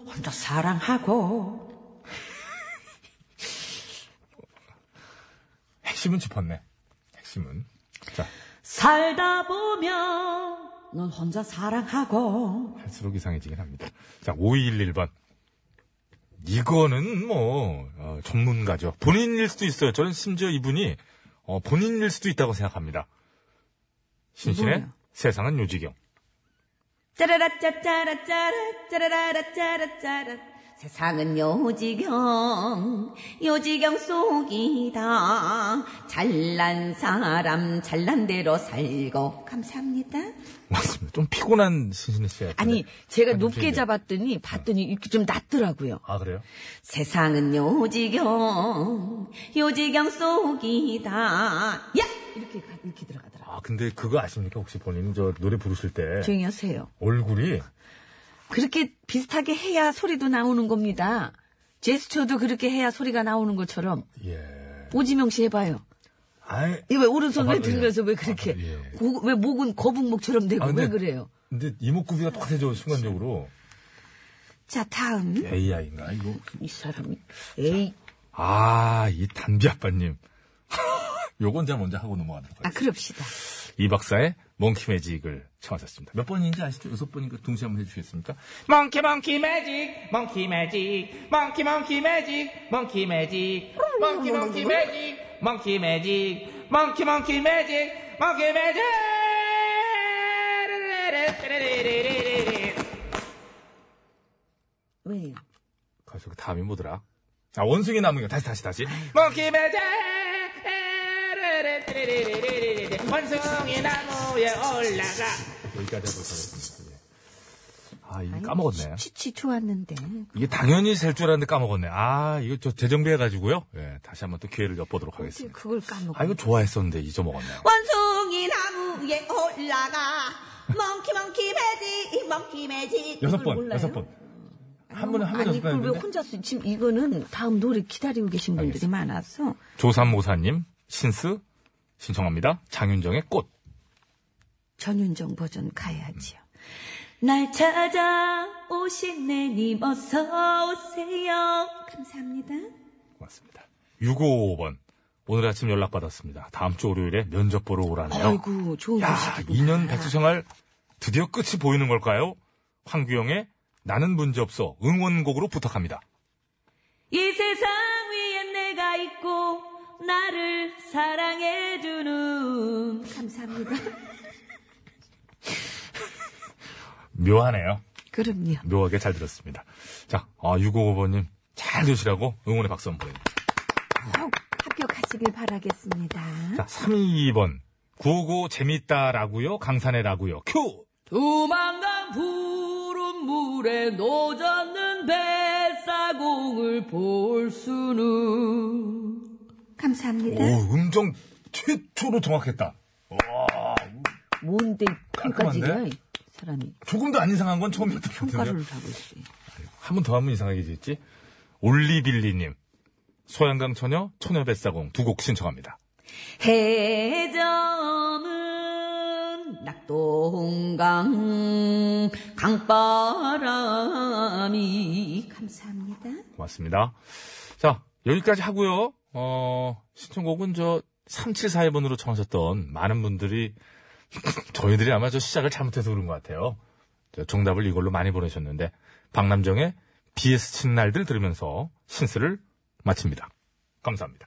S2: 혼자 사랑하고
S1: 핵심은 짚었네. 핵심은. 자,
S2: 살다 보면 넌 혼자 사랑하고
S1: 할수록 이상해지긴 합니다. 자, 5211번. 이거는 뭐, 어, 전문가죠. 본인일 수도 있어요. 저는 심지어 이분이, 어, 본인일 수도 있다고 생각합니다. 신신의
S7: 뭐예요?
S1: 세상은 요지경.
S2: 짜라라 짜짜라 짜라 짜라라 짜라 짜라 세상은 요지경 요지경 속이다 잘난 사람 잘난 대로 살고
S7: 감사합니다.
S1: 맞습니다. 좀 피곤한 신신의 씨같
S7: 아니
S1: 네.
S7: 제가
S1: 아니,
S7: 높게
S1: 저기요. 네.
S7: 잡았더니 봤더니 이렇게 좀 낮더라고요.
S1: 아, 그래요?
S2: 세상은 요지경 요지경 속이다 야
S7: 이렇게 가- 이렇게 들어가더라고요.
S1: 아, 근데 그거 아십니까? 혹시 본인 저 노래 부르실 때
S7: 조용히 하세요.
S1: 얼굴이
S7: 그렇게 비슷하게 해야 소리도 나오는 겁니다. 제스처도 그렇게 해야 소리가 나오는 것처럼
S1: 예.
S7: 오지명 씨 해봐요.
S1: 아이,
S7: 이왜 오른손
S1: 아,
S7: 왜
S1: 예.
S7: 들면서 왜 그렇게
S1: 아, 예.
S7: 고- 왜 목은 거북목처럼 되고
S1: 아, 근데-
S7: 왜 그래요?
S1: 근데 이목구비가 똑같아져 순간적으로
S7: 자 다음
S1: 네. AI인가 예. 아, 이거.
S7: 이 사람이 에이
S1: 아, 이 담비 아빠님. 요건 제가 먼저 하고 넘어가도록
S7: 아
S1: 하겠습니다.
S7: 그럽시다.
S1: 이 박사의 몽키 매직을 청하셨습니다. 몇 번인지 아시죠? 여섯 번인가 동시에 한번 해주시겠습니까? 몽키 몽키 매직, 몽키 매직, 몽키 몽키 매직, 몽키 매직, 몽키 몽키 매직, 몽키 매직, 몽키 몽키 매직, 몽키 매직.
S7: 왜요?
S1: 가서 그 다음이 뭐더라? 아 원숭이 남은 거 다시 다시 다시. 몽키 매직.
S8: 원숭이 나무에 올라가
S1: 여기까지 해보겠습니다. 아 이거 까먹었네.
S7: 치치 좋았는데
S1: 이게 당연히 셀 줄 알았는데 까먹었네. 아, 이거 저 재정비해가지고요. 예, 다시 한번 또 기회를 엿보도록 하겠습니다.
S7: 그걸 까먹어.
S1: 아, 이거 좋아했었는데 잊어먹었네요.
S2: 원숭이 나무에 올라가
S9: 멍키 멍키 매직 멍키 매직
S1: 여섯
S2: 이걸
S1: 번,
S2: 몰라요?
S1: 여섯 번. 한 분은 한 분이
S2: 아니
S1: 여섯 번
S2: 그걸 왜
S1: 했는데.
S2: 혼자 쓰 지금 이거는 다음 노래 기다리고 계신 분들이 많아서
S1: 조삼모사님, 신스, 신청합니다. 장윤정의 꽃.
S2: 전윤정 버전 가야지요. 날 찾아오신 내님 어서 오세요. 감사합니다.
S1: 고맙습니다. 655번. 오늘 아침 연락받았습니다. 다음 주 월요일에 면접 보러 오라네요.
S2: 아이고 어. 좋은
S1: 야,
S2: 소식이고.
S1: 2년 백수생활 드디어 끝이 보이는 걸까요? 황규영의 나는 문제없어 응원곡으로 부탁합니다.
S2: 이 세상 위엔 내가 있고 나를 사랑해 주는 감사합니다.
S1: 묘하네요.
S2: 그럼요.
S1: 묘하게 잘 들었습니다. 자, 아, 655번님 잘 되시라고 응원의 박수 한번 보내드립니다.
S2: 꼭 합격하시길 바라겠습니다.
S1: 자, 32번. 955 재밌다라고요? 강산해라고요? 큐!
S2: 도망간 푸른 물에 노젓는 뱃사공을 볼 수는 감사합니다.
S1: 오, 음정 최초로 정확했다.
S2: 뭔데
S1: 깔끔한데?
S2: 평가지야 사람이
S1: 조금도 안 이상한 건 처음이었던 것 같은데요.
S2: 평가를 하고 있어요.
S1: 한 번 더 하면 이상하게 됐지. 올리빌리님. 소양강 처녀, 처녀 뱃사공 두 곡 신청합니다.
S2: 해저은 낙동강 강바람이 감사합니다.
S1: 고맙습니다. 자, 여기까지 하고요. 어, 신청곡은 저 3741번으로 청하셨던 많은 분들이 저희들이 아마 저 시작을 잘못해서 그런 것 같아요. 저 정답을 이걸로 많이 보내셨는데 박남정의 BS 친 날들 들으면서 신스를 마칩니다. 감사합니다.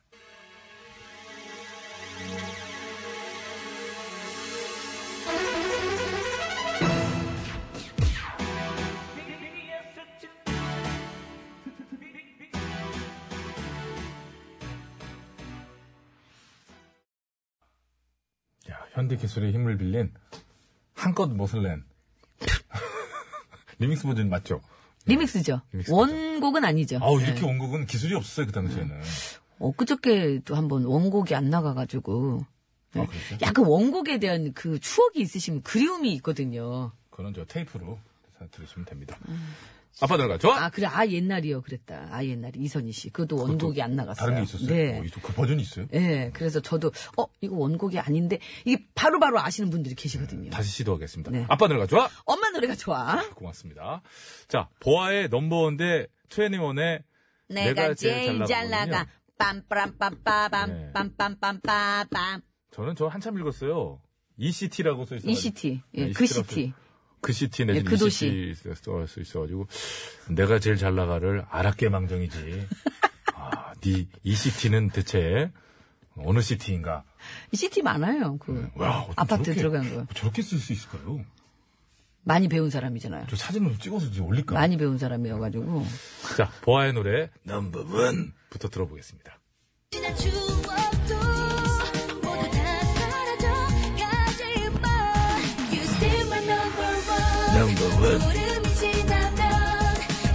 S1: 야, 현대 기술의 힘을 빌린 한껏 못을 낸 리믹스 버전 맞죠?
S2: 리믹스죠.
S1: 리믹스죠.
S2: 원곡은 아니죠.
S1: 아우 예.
S2: 네.
S1: 이렇게 온 곡은 기술이 없었어요 그 당시에는.
S2: 엊그저께도 한번 원곡이 안 나가가지고. 네.
S1: 아, 그랬어요?
S2: 약간 원곡에 대한 그 추억이 있으시면 그리움이 있거든요.
S1: 그건 저 테이프로 들으시면 됩니다. 아빠 들어가 좋아.
S2: 음. 아, 그래. 아, 옛날이요. 그랬다. 아, 옛날이. 이선희 씨. 그것도 원곡이 안 나갔어요.
S1: 다른 게 있었어요?
S2: 네.
S1: 어, 이거 그 버전이 있어요?
S2: 예, 그래서 저도, 어, 이거 원곡이 아닌데, 이게 바로바로 아시는 분들이 계시거든요.
S1: 다시 시도하겠습니다.
S2: 네.
S1: 아빠 들어가 좋아.
S2: 엄마 노래가 좋아.
S1: 고맙습니다. 자 보아의 넘버원 대 트웬티원의 내가 제일 잘 나가거든요. 네.
S9: 빰빰빰빠밤 빰빰빰빠밤
S1: 저는 저 한참 읽었어요. ECT라고 써 있어요.
S2: 이시티. 예,
S1: 네,
S2: 그
S1: ECT 라고
S2: 시티.
S1: 그 시티 내지
S2: 예, 그 도시.
S1: 써 있어가지고 내가 제일 잘 나가를 알았게망정이지. 아, 네이 시티는 대체 어느 시티인가?
S2: 이 시티 많아요. 그.
S1: 네, 와, 어쩜
S2: 아파트
S1: 저렇게-
S2: 들어간 거.
S1: 저렇게 쓸 수 있을까요?
S2: 많이 배운 사람이잖아요.
S1: 저 사진으로 찍어서 이제 올릴까?
S2: 많이 배운 사람이어가지고.
S1: 자, 보아의 노래 넘버원부터 들어보겠습니다.
S6: 지난 추억도 모두 다 사라져 가지마 You still my number one 구름이 지나면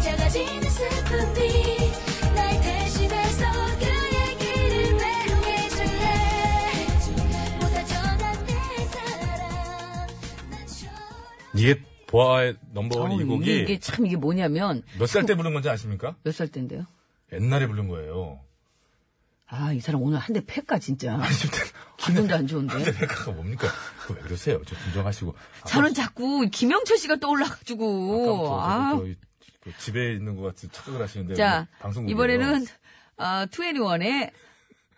S6: 작아지는 슬픔이 날 대신해서 그 얘기를 외로해줄래 못하잖아 내 사랑 난 처럼
S1: 이게 보아의 넘버원 이
S2: 어우,
S1: 곡이
S2: 이게, 이게 참 이게 뭐냐면,
S1: 몇 살 때 부른 건지 아십니까?
S2: 몇 살 때인데요?
S1: 옛날에 부른 거예요.
S2: 아, 이 사람 오늘 한 대 패까, 진짜. 기분도
S1: 근데
S2: 안 좋은데.
S1: 백화가 뭡니까? 그거 왜 그러세요? 저 진정하시고. 아,
S2: 저는 자꾸 김영철 씨가
S1: 아까부터
S2: 떠올라가지고.
S1: 아.
S2: 아,
S1: 저, 그 집에 있는 것 같이 착각을 하시는데 뭐
S2: 자,
S1: 네, 방송
S2: 이번에는, 어, 21의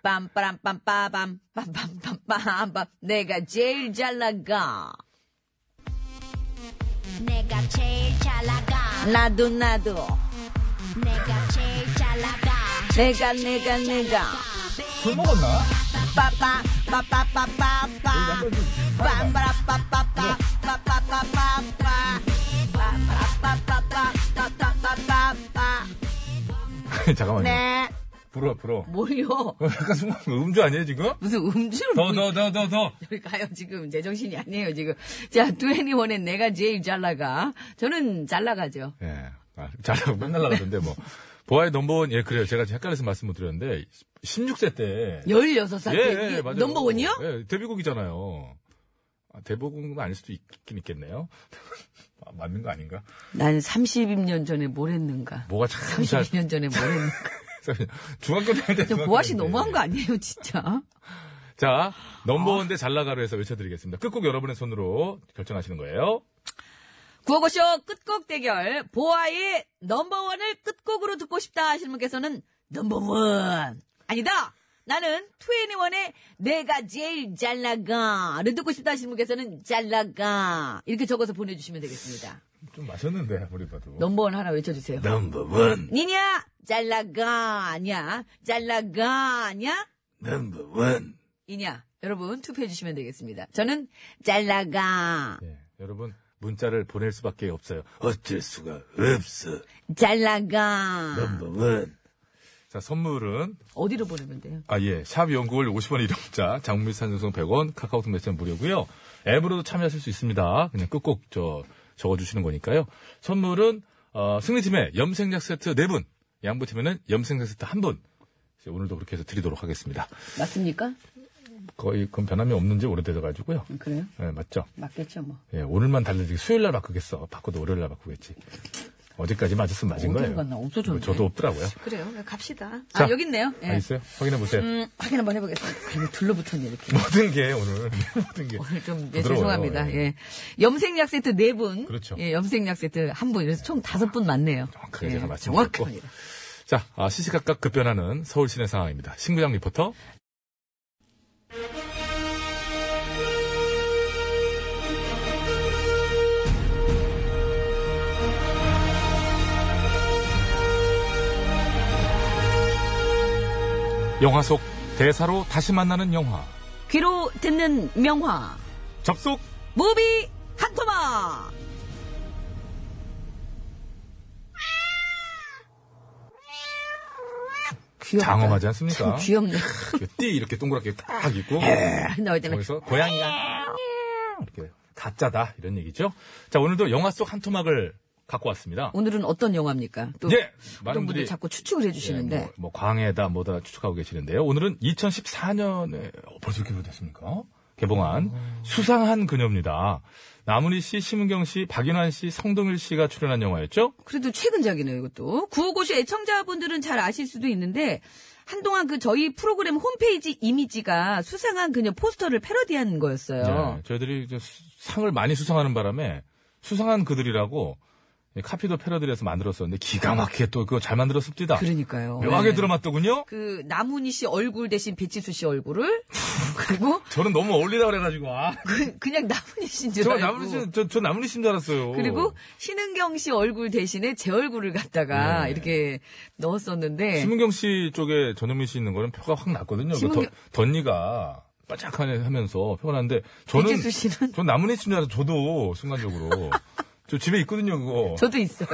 S2: 빰빠람빰빠밤, 빰빰빰빰빰, 내가 제일 잘 나가.
S6: 내가 제일 잘 나가
S2: 나도, 나도.
S6: 내가 제일 잘 나가
S2: 내가, 내가, 내가.
S1: 술 먹었나?
S9: 빠빠 빠빠빠빠빠 빰빠라빠빠빠 빠빠빠빠빠 빠빠빠빠빠빠빠빠빠
S1: 잠깐만요.
S9: 네
S1: 불어 불어.
S2: 뭘요?
S1: 약간 순간 음주 아니에요 지금?
S2: 무슨 음주를
S1: 더 더 더 더 더.
S2: 저리 가요 지금 제 정신이 아니에요 지금 자 두애니원의 내가 제일 잘 나가 저는 잘 나가죠
S1: 예. 아, 잘하고 맨날 나가던데 뭐. 보아의 넘버원 예 그래요. 제가 지금 헷갈려서 말씀을 드렸는데 16세 때. 예,
S2: 16살 때 이게
S1: 맞아요.
S2: 예, 넘버원이요?
S1: 예, 데뷔곡이잖아요. 아, 대보금은 아닐 수도 있긴 있겠네요. 아, 맞는 거 아닌가?
S2: 난 30년 전에 뭘 했는가.
S1: 뭐가 참 잘.
S2: 32년 전에 뭘 했는가.
S1: 중학교 다닐 예. 때.
S2: 진짜
S1: 중학교
S2: 보아씨
S1: 다닐 때.
S2: 너무한 거 아. 아니에요, 진짜?
S1: 자, 넘버원대 잘 나가로 해서 외쳐드리겠습니다. 끝곡 여러분의 손으로 결정하시는 거예요.
S2: 구호고쇼 끝곡 대결 보아의 넘버원을 끝곡으로 듣고 싶다 하시는 분께서는 넘버원 아니다 나는 투애니원의 내가 제일 잘 나가를 듣고 싶다 하시는 분께서는 잘 나가 이렇게 적어서 보내주시면 되겠습니다
S1: 좀 마셨는데, 아무리 봐도.
S2: 넘버원 하나
S1: 네.
S2: 외쳐주세요
S10: 넘버원,
S2: 니냐 잘 나가 아냐 잘 나가 아냐
S10: 넘버원.
S2: 이냐 여러분 투표해 주시면 되겠습니다 저는 잘 나가
S1: 예, 여러분, 문자를 보낼 수밖에 없어요.
S10: 어쩔 수가 없어.
S2: 잘
S1: 네.
S2: 나가
S10: 넘버원.
S1: 자, 선물은,
S2: 어디로 보내면 돼요
S1: 아, 예, 샵 연구월 50원 이름 문자, 장미 산정성 100원, 카카오톡 메시지는 무료고요 앱으로도 참여하실 수 있습니다. 그냥 끝곡 저, 적어주시는 거니까요. 선물은, 어, 승리팀에 염색약 세트 4분, 양보팀에는 염색약 세트 1분. 오늘도 그렇게 해서 드리도록 하겠습니다.
S2: 맞습니까
S1: 거의 그건 변함이 없는지 오래돼가지고요.
S2: 그래요
S1: 예, 맞죠?
S2: 맞겠죠 뭐.
S1: 예, 오늘만 달라지게 수요일 날 바꾸겠어. 바꿔도 월요일 날 바꾸겠지. 어제까지 맞았으면 맞은
S2: 어디로
S1: 거예요.
S2: 갔나? 없어졌네.
S1: 뭐 저도 없더라고요.
S2: 그래요. 그냥 갑시다.
S1: 자.
S2: 아 여기 있네요. 예.
S1: 아, 있어요? 확인해 보세요.
S2: 음, 확인 한번 해보겠습니다. 아, 이거 둘러붙었네 이렇게.
S1: 모든 게 오늘 모든 게
S2: 오늘 좀 예,
S1: 부드러워요.
S2: 죄송합니다.
S1: 예.
S2: 예. 염색약 세트 네 분.
S1: 그렇죠.
S2: 예, 염색약 세트 한 분. 그래서 총 다섯 분 맞네요.
S1: 정확하게
S2: 예,
S1: 제가 맞춰드렸고.
S2: 정확합니다.
S1: 자, 아, 시시각각 급변하는 서울 시내 상황입니다. 신구장 리포터. 영화 속 대사로 다시 만나는 영화.
S2: 귀로 듣는 명화
S1: 접속
S2: 무비 한토마. 귀엽다. 예.
S1: 장엄하지 않습니까?
S2: 참 귀엽네. 아,
S1: 이렇게 띠 이렇게 동그랗게 딱 있고
S2: 나올 때마다
S1: 거기서 고양이가 이렇게 가짜다 이런 얘기죠. 자 오늘도 영화 속 한 토막을 갖고 왔습니다.
S2: 오늘은 어떤 영화입니까? 또
S1: 예, 많은
S2: 어떤 분들이
S1: 분들이
S2: 자꾸 추측을 해주시는데.
S1: 예, 뭐, 뭐 광해다 뭐다 추측하고 계시는데요. 오늘은 2014년에 어, 벌써 이렇게 됐습니까? 개봉한
S2: 음.
S1: 수상한 그녀입니다. 남은희 씨, 심은경 씨, 박인환 씨, 성동일 씨가 출연한 영화였죠.
S2: 그래도 최근작이네요, 이것도. 구호고시 애청자분들은 잘 아실 수도 있는데, 한동안 그 저희 프로그램 홈페이지 이미지가 수상한 그녀 포스터를 패러디한 거였어요.
S1: 예, 저희들이 이제 수- 상을 많이 수상하는 바람에 수상한 그들이라고 예, 카피도 패러디를 해서 만들었었는데 기가 막히게 또 그거 잘 만들었습니다.
S2: 그러니까요.
S1: 예. 묘하게
S2: 네.
S1: 들어맞더군요.
S2: 그, 나문희 씨 얼굴 대신 배치수 씨 얼굴을, 그리고,
S1: 저는 너무 어울리다 그래가지고 아.
S2: 그, 그냥 나문희 씨인 줄
S1: 저 뭐.
S2: 알고.
S1: 남은 씨저저 남은 씨인 줄 알았어요.
S2: 그리고, 신은경 씨 얼굴 대신에 제 얼굴을 갖다가,
S1: 네.
S2: 이렇게 넣었었는데.
S1: 심은경 씨 쪽에 전현민 씨 있는 거는 표가 확 났거든요.
S2: 네. 심은경-
S1: 그 덧- 덧니가 반짝하네 하면서 표가 났는데 저는
S2: 배치수 씨는?
S1: 전 남은 씨인 줄 알았어요. 저도 순간적으로 저 집에 있거든요 그거.
S2: 저도 있어요.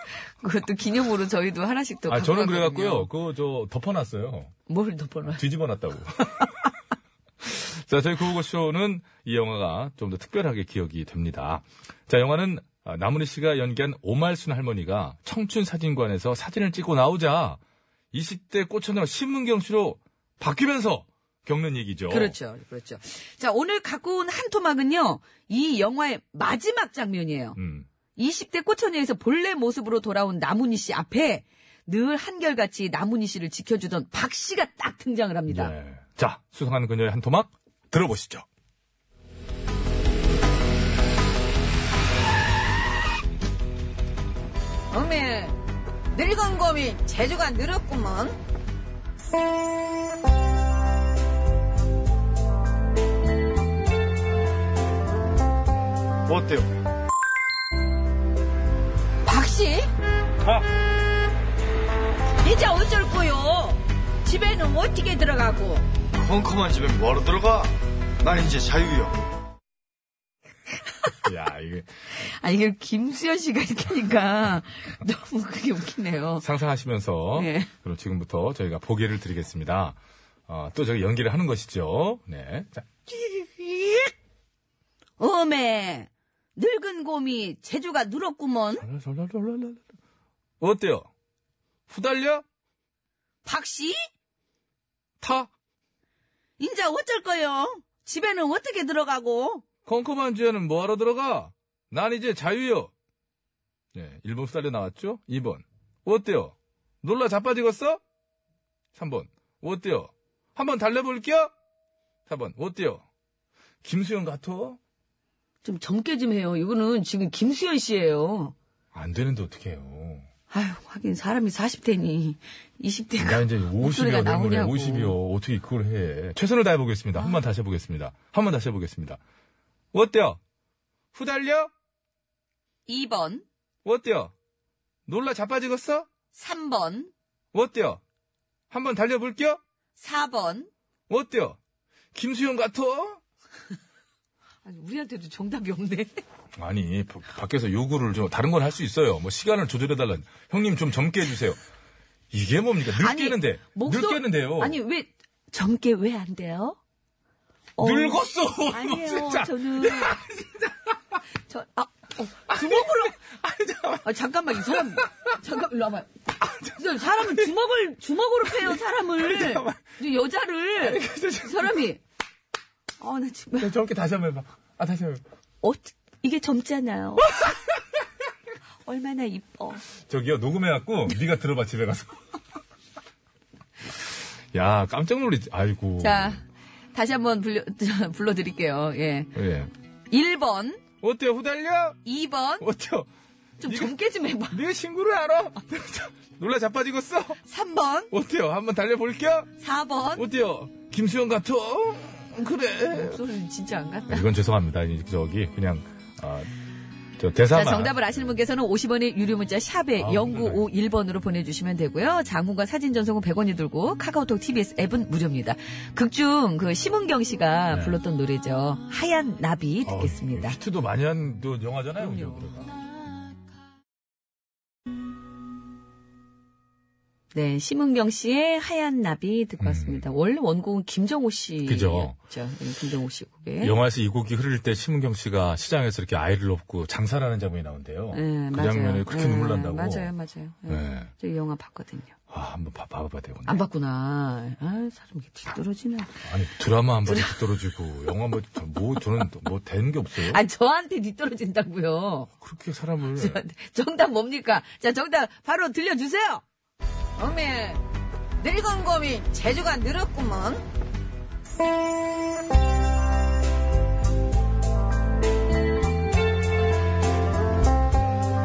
S2: 그것도 기념으로 저희도 하나씩 또.
S1: 아
S2: 갖고
S1: 저는
S2: 가거든요.
S1: 그래갖고요. 그거 저 덮어놨어요.
S2: 뭘 덮어놔.
S1: 뒤집어 놨다고. 자, 저희 구호고쇼는 이 영화가 좀 더 특별하게 기억이 됩니다. 자, 영화는 아, 나문희 씨가 연기한 오말순 할머니가 청춘 사진관에서 사진을 찍고 나오자 20대 꽃처녀 신문경 씨로 바뀌면서 겪는 얘기죠.
S2: 그렇죠, 그렇죠. 자, 오늘 갖고 온 한 토막은요, 이 영화의 마지막 장면이에요.
S1: 음,
S2: 20대 꽃처녀에서 본래 모습으로 돌아온 나문희 씨 앞에 늘 한결같이 나문희 씨를 지켜주던 박 씨가 딱 등장을 합니다.
S1: 예. 자, 수상한 그녀의 한 토막 들어보시죠.
S2: 어미, 늙은 곰이 재주가 늘었구먼.
S10: 어때요?
S2: 박씨? 이제 어쩔 거요? 집에는 어떻게 들어가고?
S10: 컴컴한 집에 뭐하러 들어가? 난 이제 자유요.
S1: 야, 이게
S2: 아, 이게 김수현 씨가 이렇게 하니까 너무 그게 웃기네요.
S1: 상상하시면서
S2: 네.
S1: 그럼 지금부터 저희가 보기를 드리겠습니다. 아, 또 저기 연기를 하는 것이죠. 네. 자,
S11: 어메, 늙은 곰이 재주가 늘었구먼.
S1: 어때요? 후달려?
S11: 박씨?
S1: 타?
S11: 인자 어쩔 거요? 집에는 어떻게 들어가고?
S1: 컴컴한 주에는 뭐하러 들어가? 난 이제 자유요. 예, 1번 후달려 나왔죠? 2번. 어때요? 놀라 자빠지겠어? 3번. 어때요? 한번 달래볼게요? 4번. 어때요? 김수영 같어?
S2: 좀 젊게 좀 해요. 이거는 지금 김수현 씨예요.
S1: 안 되는데 어떡해요.
S2: 아휴, 하긴 사람이 40대니 20대가
S1: 나 이제 50이요, 내물에
S2: 나오냐고.
S1: 50이요. 어떻게 그걸 해. 최선을 다해보겠습니다. 한 번 다시 해보겠습니다. 한 번 다시 해보겠습니다. 어때요? 후달려?
S2: 2번,
S1: 어때요? 놀라 자빠지겠어?
S2: 3번,
S1: 어때요? 한번 달려볼게요?
S2: 4번.
S1: 어때요? 김수영 같아?
S2: 아니, 우리한테도 정답이 없네.
S1: 아니, 바- 밖에서 요구를 좀, 다른 건 할 수 있어요. 뭐, 시간을 조절해달라는. 형님 좀 젊게 해주세요. 이게 뭡니까? 늙
S2: 아니,
S1: 게는데
S2: 목소-
S1: 늙게는데요
S2: 아니, 왜, 젊게 왜 안 돼요? 어,
S1: 늙었어!
S2: 아니에요,
S1: 진짜.
S2: 저는. 저, 아, 어, 주먹으로. 아, 잠깐만, 이 사람. 잠깐, 일로 와봐. 저 사람을 주먹을, 주먹으로 패요, 사람을. 저 여자를. 이 사람이. 아, 나 정말.
S1: 저렇게 다시 한번 해봐. 아, 다시 한번 해봐.
S2: 어, 이게 젊잖아요. 얼마나 이뻐.
S1: 저기요 녹음해갖고 네가 들어봐 집에 가서. 야 깜짝 놀리지. 아이고.
S2: 자, 다시 한번 불러, 불러드릴게요. 예.
S1: 예.
S2: 1번,
S1: 어때요 후달려?
S2: 2번,
S1: 어때요?
S2: 좀
S1: 이거-
S2: 젊게 좀 해봐.
S1: 네가 친구를 알아? 놀라 자빠지겠어?
S2: 3번,
S1: 어때요? 한번 달려볼게요.
S2: 4번.
S1: 어때요? 김수영 같아? 그래. 아,
S2: 목소리는 진짜 안 같다.
S1: 이건 죄송합니다. 이- 저기 그냥 아, 저 대사만.
S2: 자, 정답을 아시는 분께서는 50원의 유료 문자 샵에
S1: 아,
S2: 0951번으로 보내주시면 되고요. 장문과 사진 전송은 100원이 들고 카카오톡 TBS 앱은 무료입니다. 극중 그 심은경 씨가
S1: 네.
S2: 불렀던 노래죠. 하얀 나비 듣겠습니다.
S1: 어, 히트도 많이 한 또 영화잖아요. 그죠?
S2: 그럼요.
S1: 그러니까.
S2: 네, 심은경 씨의 하얀 나비 듣고 왔습니다. 원래 원곡은 김정호 씨였죠.
S1: 음. 그죠.
S2: 예, 김정호 씨 곡에.
S1: 영화에서 이 곡이 흐를 때 심은경 씨가 시장에서 이렇게 아이를 업고 장사를 하는 장면이 나온대요.
S2: 예,
S1: 그
S2: 맞아요.
S1: 장면에 그렇게
S2: 예,
S1: 눈물 난다고.
S2: 맞아요, 맞아요. 예.
S1: 네.
S2: 저 영화 봤거든요.
S1: 아, 한번 봐, 봐봐야 되겠네.
S2: 안 봤구나. 아, 사람 이게 뒤떨어지네.
S1: 아니, 드라마 한 번에 떨어지고, 영화 한 번에, 저- 뭐, 저는 또뭐 되는 게 없어요.
S2: 아, 저한테 뒤떨어진다고요.
S1: 그렇게 사람을.
S2: 정답 뭡니까? 자, 정답 바로 들려주세요. 어미, 늙은 곰이 재주가 늘었구먼.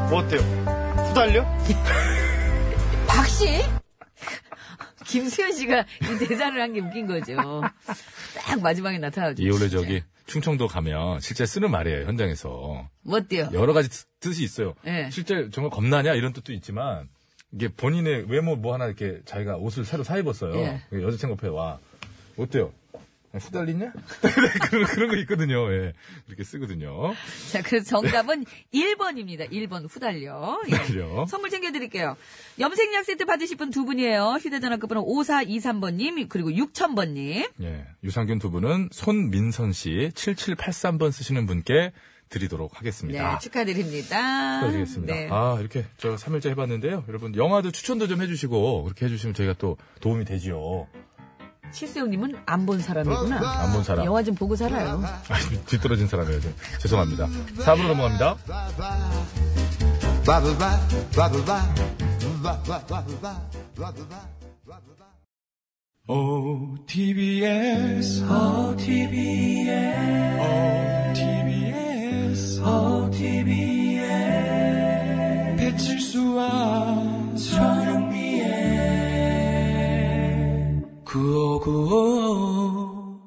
S12: 뭐 어때요? 후달려?
S2: 박씨? 김수현 씨가 이 대사를 한 게 웃긴 거죠. 딱 마지막에 나타나죠.
S1: 이 원래 저기, 충청도 가면 실제 쓰는 말이에요, 현장에서.
S2: 뭐 어때요?
S1: 여러 가지 뜻- 뜻이 있어요.
S2: 예.
S1: 실제 정말 겁나냐? 이런 뜻도 있지만, 이게 본인의 외모 뭐 하나 이렇게 자기가 옷을 새로 사입었어요.
S2: 예.
S1: 여자친구 옆에 와. 어때요? 아, 후달리냐? 네, 그런, 그런 거 있거든요. 예. 이렇게 쓰거든요.
S2: 자, 그래서 정답은 1번입니다. 1번 후달려. 예.
S1: 후달려.
S2: 선물 챙겨드릴게요. 염색약 세트 받으실 분 두 분이에요. 휴대전화 끝번호 5423번님, 그리고 6000번님.
S1: 예. 유산균 두 분은 손민선 씨 7783번 쓰시는 분께 드리도록
S2: 네,
S1: 하겠습니다.
S2: 축하드립니다.
S1: 아. 축하드리겠습니다.
S2: 네.
S1: 아, 이렇게 저 3일째 해봤는데요. 여러분, 영화도 추천도 좀 해주시고, 그렇게 해주시면 저희가 또 도움이 되지요.
S2: 실수형님은 안 본 사람이구나.
S1: 안 본 사람.
S2: 영화 좀 보고 살아요.
S1: 아니, 뒤떨어진 사람이에요. 저. 죄송합니다. 4부로 넘어갑니다.
S13: OTBS, OTBS, OTBS, OTBS. 배칠 수와 전용미의 구호구호.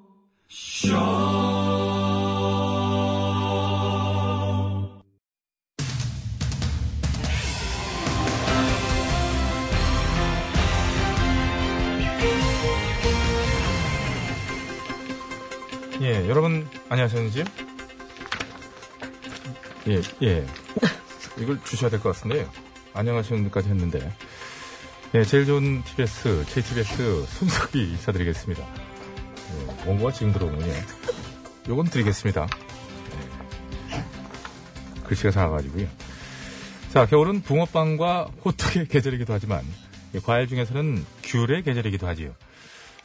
S1: 예, 여러분, 안녕하셨는지? 예, 예. 이걸 주셔야 될 것 같은데요. 안녕하셨는지까지 했는데. 예, 제일 좋은 TBS, JTBS 손석희 인사드리겠습니다. 예, 원고가 지금 들어오군요. 요건 드리겠습니다. 예. 글씨가 작아가지고요. 자, 겨울은 예, 붕어빵과 호떡의 계절이기도 하지만, 이 과일 중에서는 귤의 계절이기도 하지요.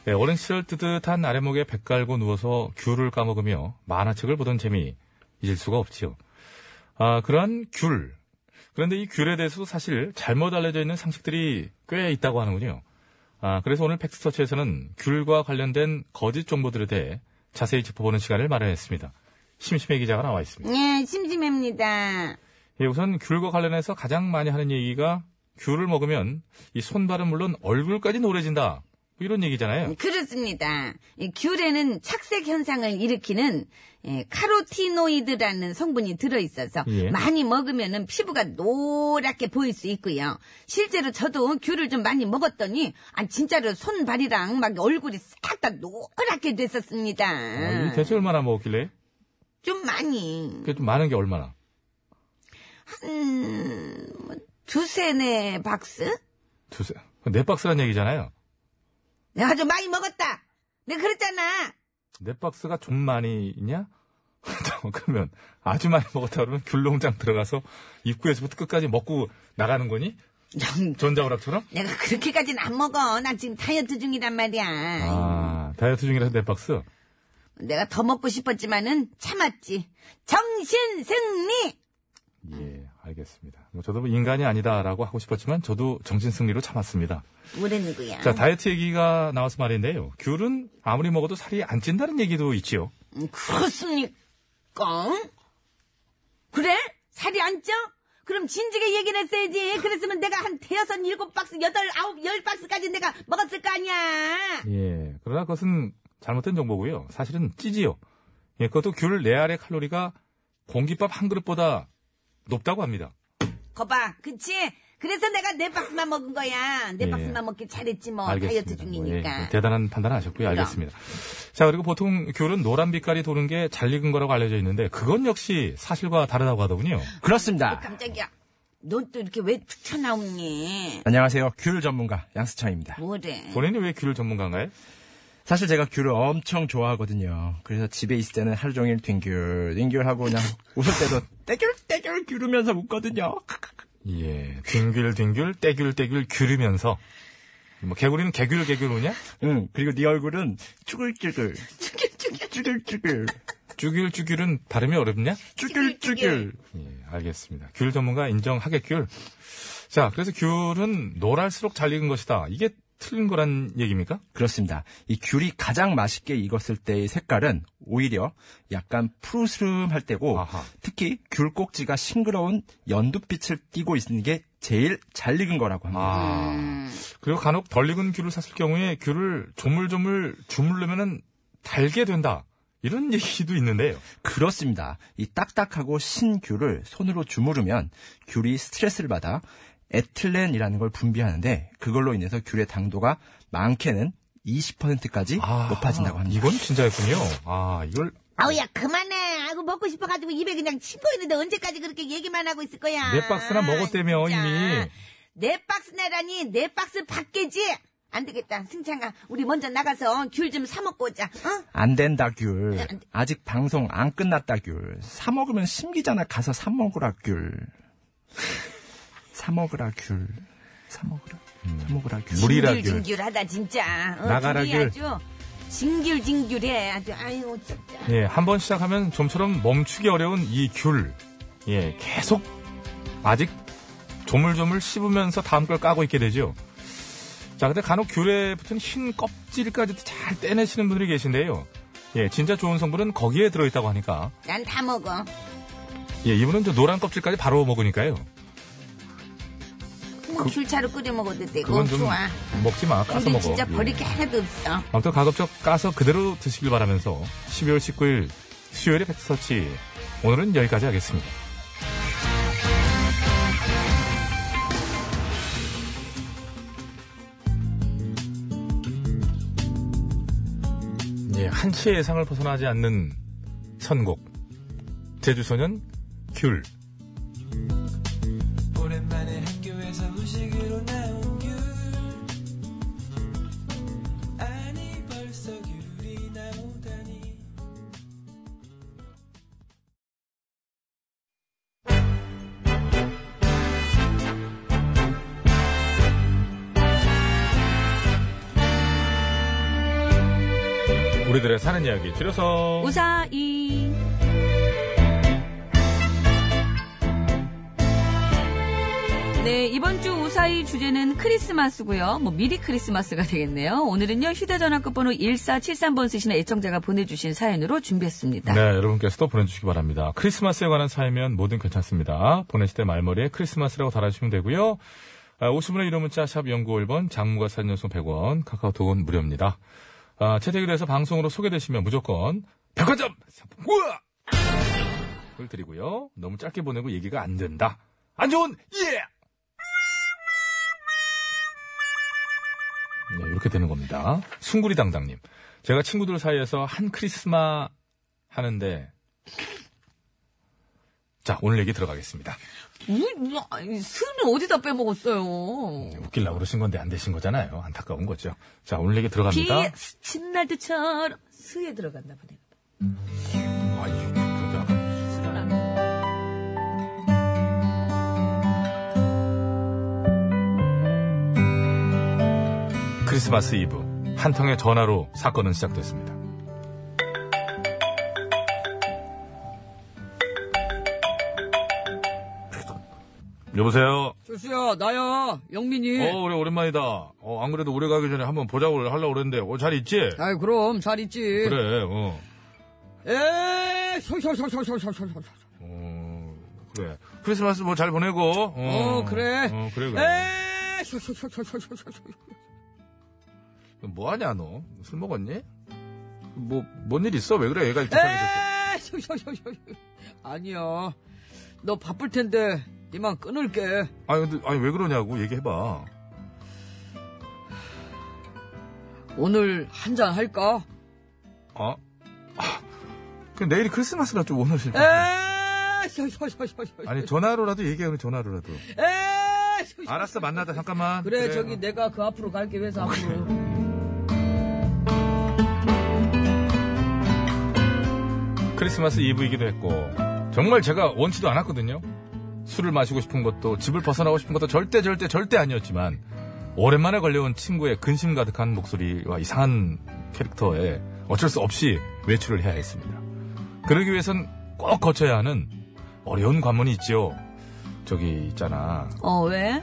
S1: 네, 어린 시절 뜨뜻한 아랫목에 배 깔고 누워서 귤을 까먹으며 만화책을 보던 재미 잊을 수가 없지요. 아, 그러한 귤. 그런데 이 귤에 대해서도 사실 잘못 알려져 있는 상식들이 꽤 있다고 하는군요. 아, 그래서 오늘 팩스터치에서는 귤과 관련된 거짓 정보들에 대해 자세히 짚어보는 시간을 마련했습니다. 심심해 기자가 나와 있습니다.
S2: 예, 심심합니다.
S1: 예, 우선 귤과 관련해서 가장 많이 하는 얘기가 귤을 먹으면 이 손발은 물론 얼굴까지 노래진다. 뭐 이런 얘기잖아요.
S2: 그렇습니다. 이 귤에는 착색 현상을 일으키는 예, 카로티노이드라는 성분이 들어있어서
S1: 예.
S2: 많이 먹으면 피부가 노랗게 보일 수 있고요. 실제로 저도 귤을 좀 많이 먹었더니 아, 진짜로 손발이랑 막 얼굴이 싹 다 노랗게 됐었습니다.
S1: 아, 이게 대체 얼마나 먹었길래?
S2: 좀 많이
S1: 그게 좀 많은 게 얼마나?
S2: 음, 뭐, 두세네 박스?
S1: 두세. 네 박스란 얘기잖아요.
S2: 내가 좀 많이 먹었다. 내가 그랬잖아.
S1: 네 박스가 좀 많이 있냐? 그러면 아주 많이 먹었다 그러면 귤농장 들어가서 입구에서부터 끝까지 먹고 나가는 거니? 전자오락처럼?
S2: 내가 그렇게까지는 안 먹어. 난 지금 다이어트 중이란 말이야.
S1: 아, 다이어트 중이라서 네 박스?
S2: 내가 더 먹고 싶었지만은 참았지. 정신 승리.
S1: 예, 알겠습니다. 뭐 저도 뭐 인간이 아니다라고 하고 싶었지만 저도 정신승리로 참았습니다.
S2: 우리 누구야?
S1: 자, 다이어트 얘기가 나와서 말인데요. 귤은 아무리 먹어도 살이 안 찐다는 얘기도 있지요.
S2: 음, 그렇습니까? 그래? 살이 안 쪄? 그럼 진지게 얘기를 했어야지. 그랬으면 내가 한 대여섯, 일곱 박스, 여덟, 아홉, 열 박스까지 내가 먹었을 거 아니야.
S1: 예, 그러나 그것은 잘못된 정보고요. 사실은 찌지요. 예, 그것도 귤 네알의 칼로리가 공깃밥 한 그릇보다 높다고 합니다.
S2: 거봐, 그치? 그래서 내가 네 박스만 먹은 거야. 네
S1: 예.
S2: 박스만 먹길 잘했지 뭐. 다이어트 중이니까.
S1: 뭐, 예, 대단한 판단을 하셨고요. 알겠습니다. 자, 그리고 보통 귤은 노란 빛깔이 도는 게 잘 익은 거라고 알려져 있는데 그건 역시 사실과 다르다고 하더군요.
S2: 어,
S13: 그렇습니다.
S2: 깜짝이야. 넌 또 이렇게 왜 튀쳐나오니?
S13: 안녕하세요. 귤 전문가 양수창입니다.
S2: 뭐래?
S1: 본인이 왜 귤 전문가인가요?
S13: 사실 제가 귤을 엄청 좋아하거든요. 그래서 집에 있을 때는 하루 종일 뒹귤, 뒹귤하고 그냥 웃을 때도 떼귤떼귤 귤으면서 웃거든요.
S1: 예, 뒹귤 뒹귤 떼귤 떼귤 귤으면서 뭐 개구리는 개귤 개귤 우냐?
S13: 응, 그리고 네 얼굴은 쭈글쭈글, 쭈글쭈글,
S1: 쭈귤 쭈귤은 발음이 어렵냐?
S13: 쭈글쭈글.
S1: 예, 알겠습니다. 귤 전문가 인정하겠귤. 자, 그래서 귤은 노랄수록 잘 익은 것이다. 이게 틀린 거란 얘기입니까?
S13: 그렇습니다. 이 귤이 가장 맛있게 익었을 때의 색깔은 오히려 약간 푸르스름할 때고
S1: 아하.
S13: 특히 귤 꼭지가 싱그러운 연두빛을 띠고 있는 게 제일 잘 익은 거라고 합니다.
S1: 아. 그리고 간혹 덜 익은 귤을 샀을 경우에 귤을 조물조물 주물르면은 달게 된다. 이런 얘기도 있는데요.
S13: 그렇습니다. 이 딱딱하고 신 귤을 손으로 주무르면 귤이 스트레스를 받아 에틸렌이라는 걸 분비하는데 그걸로 인해서 귤의 당도가 많게는 20%까지 높아진다고 합니다.
S1: 이건 진짜였군요. 아, 이걸
S2: 아우야 그만해. 아이고 먹고 싶어가지고 입에 그냥 침고 있는데 언제까지 그렇게 얘기만 하고 있을 거야.
S1: 네 박스나 먹었다며,
S2: 진짜.
S1: 이미.
S2: 네 박스 내라니 네 박스 밖에지. 안 되겠다. 승창아 우리 먼저 나가서 귤 좀 사 먹고 오자. 어? 응?
S13: 안 된다 귤. 아직 방송 안 끝났다 귤. 사 먹으면 심기잖아. 가서 사 먹으라 귤. 사 먹으라 귤. 사 먹으라. 사 먹으라 귤.
S1: 음. 물이라 귤.
S2: 징귤징귤하다 진짜. 어,
S1: 나가라
S2: 둘이
S1: 귤.
S2: 아주 징귤징귤해. 아주 아유 진짜.
S1: 예, 한 번 시작하면 좀처럼 멈추기 어려운 이 귤. 예, 계속 아직 조물조물 씹으면서 다음 걸 까고 있게 되죠. 자, 근데 간혹 귤에 붙은 흰 껍질까지도 잘 떼내시는 분들이 계신데요. 예, 진짜 좋은 성분은 거기에 들어있다고 하니까.
S2: 난 다 먹어.
S1: 예, 이분은 저 노란 껍질까지 바로 먹으니까요.
S2: 뭐 귤차로 끓여 먹어도
S1: 그
S2: 되고
S1: 그건 좀
S2: 좋아.
S1: 먹지 마. 까서
S2: 귤이
S1: 먹어.
S2: 진짜
S1: 예.
S2: 버릴 게 하나도 없어.
S1: 아무튼 가급적 까서 그대로 드시길 바라면서 12월 19일 수요일의 팩트서치 오늘은 여기까지 하겠습니다. 예, 한치의 예상을 벗어나지 않는 선곡 제주소년 귤
S3: 오랜만에 학교에서 후식으로 나온 귤 아니 벌써 귤이 나오다니
S1: 우리들의 사는 이야기 줄여서
S7: 우사이. 네, 이번 주 우사이 주제는 크리스마스고요. 뭐 미리 크리스마스가 되겠네요. 오늘은요. 휴대 전화 끝번호 1473번 쓰시는 애청자가 보내 주신 사연으로 준비했습니다.
S1: 네, 여러분께서도 보내주시기 바랍니다. 크리스마스에 관한 사연면 뭐든 괜찮습니다. 보내실 때 말머리에 크리스마스라고 달아주시면 되고요. 아, 50분의 1호 문자 샵 0951번 장무가 사연 연속 100원 카카오톡은 무료입니다. 아, 채택이 돼서 방송으로 소개되시면 무조건 백화점 상품권을 드리고요. 너무 짧게 보내고 얘기가 안 된다. 안 좋은 예! 네, 이렇게 되는 겁니다. 숭구리 당당님. 제가 친구들 사이에서 한 크리스마 하는데 자 오늘 얘기 들어가겠습니다.
S7: 스는 어디다 빼먹었어요?
S1: 웃길라 그러신 건데 안 되신 거잖아요. 안타까운 거죠. 자 오늘 얘기 들어갑니다.
S7: 비에 스친 날들처럼 스에 들어갔나 보네.
S1: 아, 이게 뭔가. 크리스마스 이브 한 통의 전화로 사건은 시작됐습니다. 여보세요.
S7: 조수야, 나야.
S2: 예.
S7: 영민이.
S1: 어, 그래, 오랜만이다. 어, 안 그래도 오래 가기 전에 한번 보자고 하려고 그랬는데, 어, 잘 있지?
S7: 아이, 그럼 잘
S2: 예.
S7: 있지.
S1: 그래, 어.
S7: 에, 셜셜셜셜셜셜셜.
S1: 어, 그래. 크리스마스 뭐 잘 보내고, 어.
S7: 어, 그래.
S1: 어, 그래, 그래.
S7: 에, 셜셜셜셜셜셜.
S1: 뭐 하냐, 너? 술 먹었니? 뭐, 뭔 일 있어? 왜 그래? 얘가 이렇게 상해졌어.
S7: 에이, 저, 저, 저, 저, 저. 아니야. 너 바쁠 텐데 이만 끊을게.
S1: 아니, 근데, 아니, 왜 그러냐고 얘기해봐.
S7: 오늘 한 잔 할까?
S1: 어? 아, 그 내일이 크리스마스라 좀 오늘.
S7: 에이, 저, 저, 저, 저, 저.
S1: 아니, 전화로라도 얘기해, 그래, 전화로라도.
S7: 에이, 저, 저.
S1: 알았어, 만나자, 잠깐만. 어.
S7: 그래, 저기 내가 그 앞으로 갈게 회사 앞으로.
S1: 크리스마스 이브이기도 했고 정말 제가 원치도 않았거든요. 술을 마시고 싶은 것도 집을 벗어나고 싶은 것도 절대 절대 절대 아니었지만 오랜만에 걸려온 친구의 근심 가득한 목소리와 이상한 캐릭터에 어쩔 수 없이 외출을 해야 했습니다. 그러기 위해선 꼭 거쳐야 하는 어려운 관문이 있지요. 저기 있잖아.
S7: 어 왜?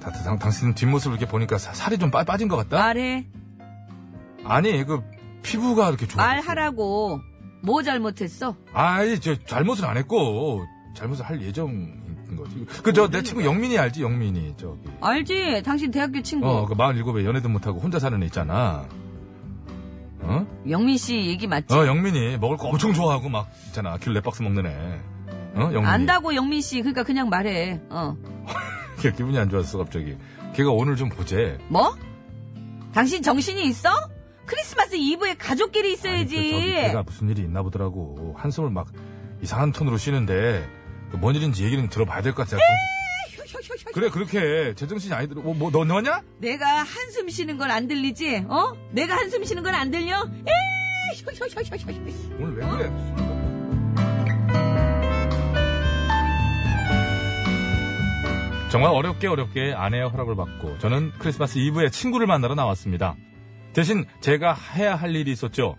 S1: 다- 당, 당신 뒷모습을 이렇게 보니까 사- 살이 좀 빠- 빠진 것 같다?
S7: 말해.
S1: 아니 그 피부가 이렇게 좋아.
S7: 말하라고. 뭐 잘못했어?
S1: 아이, 저 잘못은 안 했고 잘못을 할 예정인 거지. 그 저
S7: 음.
S1: 내 친구 영민이 알지? 영민이 저기.
S7: 네. 알지? 당신 대학교 친구
S1: 어, 그 47에 연애도 못하고 혼자 사는 애 있잖아. 어?
S7: 영민 씨 얘기 맞지?
S1: 어, 영민이 먹을 거 엄청 좋아하고 막 있잖아. 네 킬레박스 먹는 애. 어, 영민이.
S7: 안다고 영민 씨. 그러니까 그냥 말해. 어.
S1: 걔 기분이 안 좋았어, 갑자기. 걔가 오늘 좀 보재.
S7: 뭐? 당신 정신이 있어? 크리스마스 이브에 가족끼리 있어야지.
S1: 아니, 그 저기 걔가 무슨 일이 있나 보더라고. 한숨을 막 이상한 톤으로 쉬는데 그뭔 일인지 얘기는 들어봐야 될 것 같아. 그래, 그렇게 해. 제정신이 아니더라. 뭐, 뭐, 너 너냐?
S7: 내가 한숨 쉬는 걸 안 들리지? 어? 내가 한숨 쉬는 걸 안 들려? 에이, 혀혀혀혀혀혀.
S1: 오늘 왜 그래? 정말 어렵게 어렵게 아내의 허락을 받고 저는 크리스마스 이브에 친구를 만나러 나왔습니다. 대신 제가 해야 할 일이 있었죠.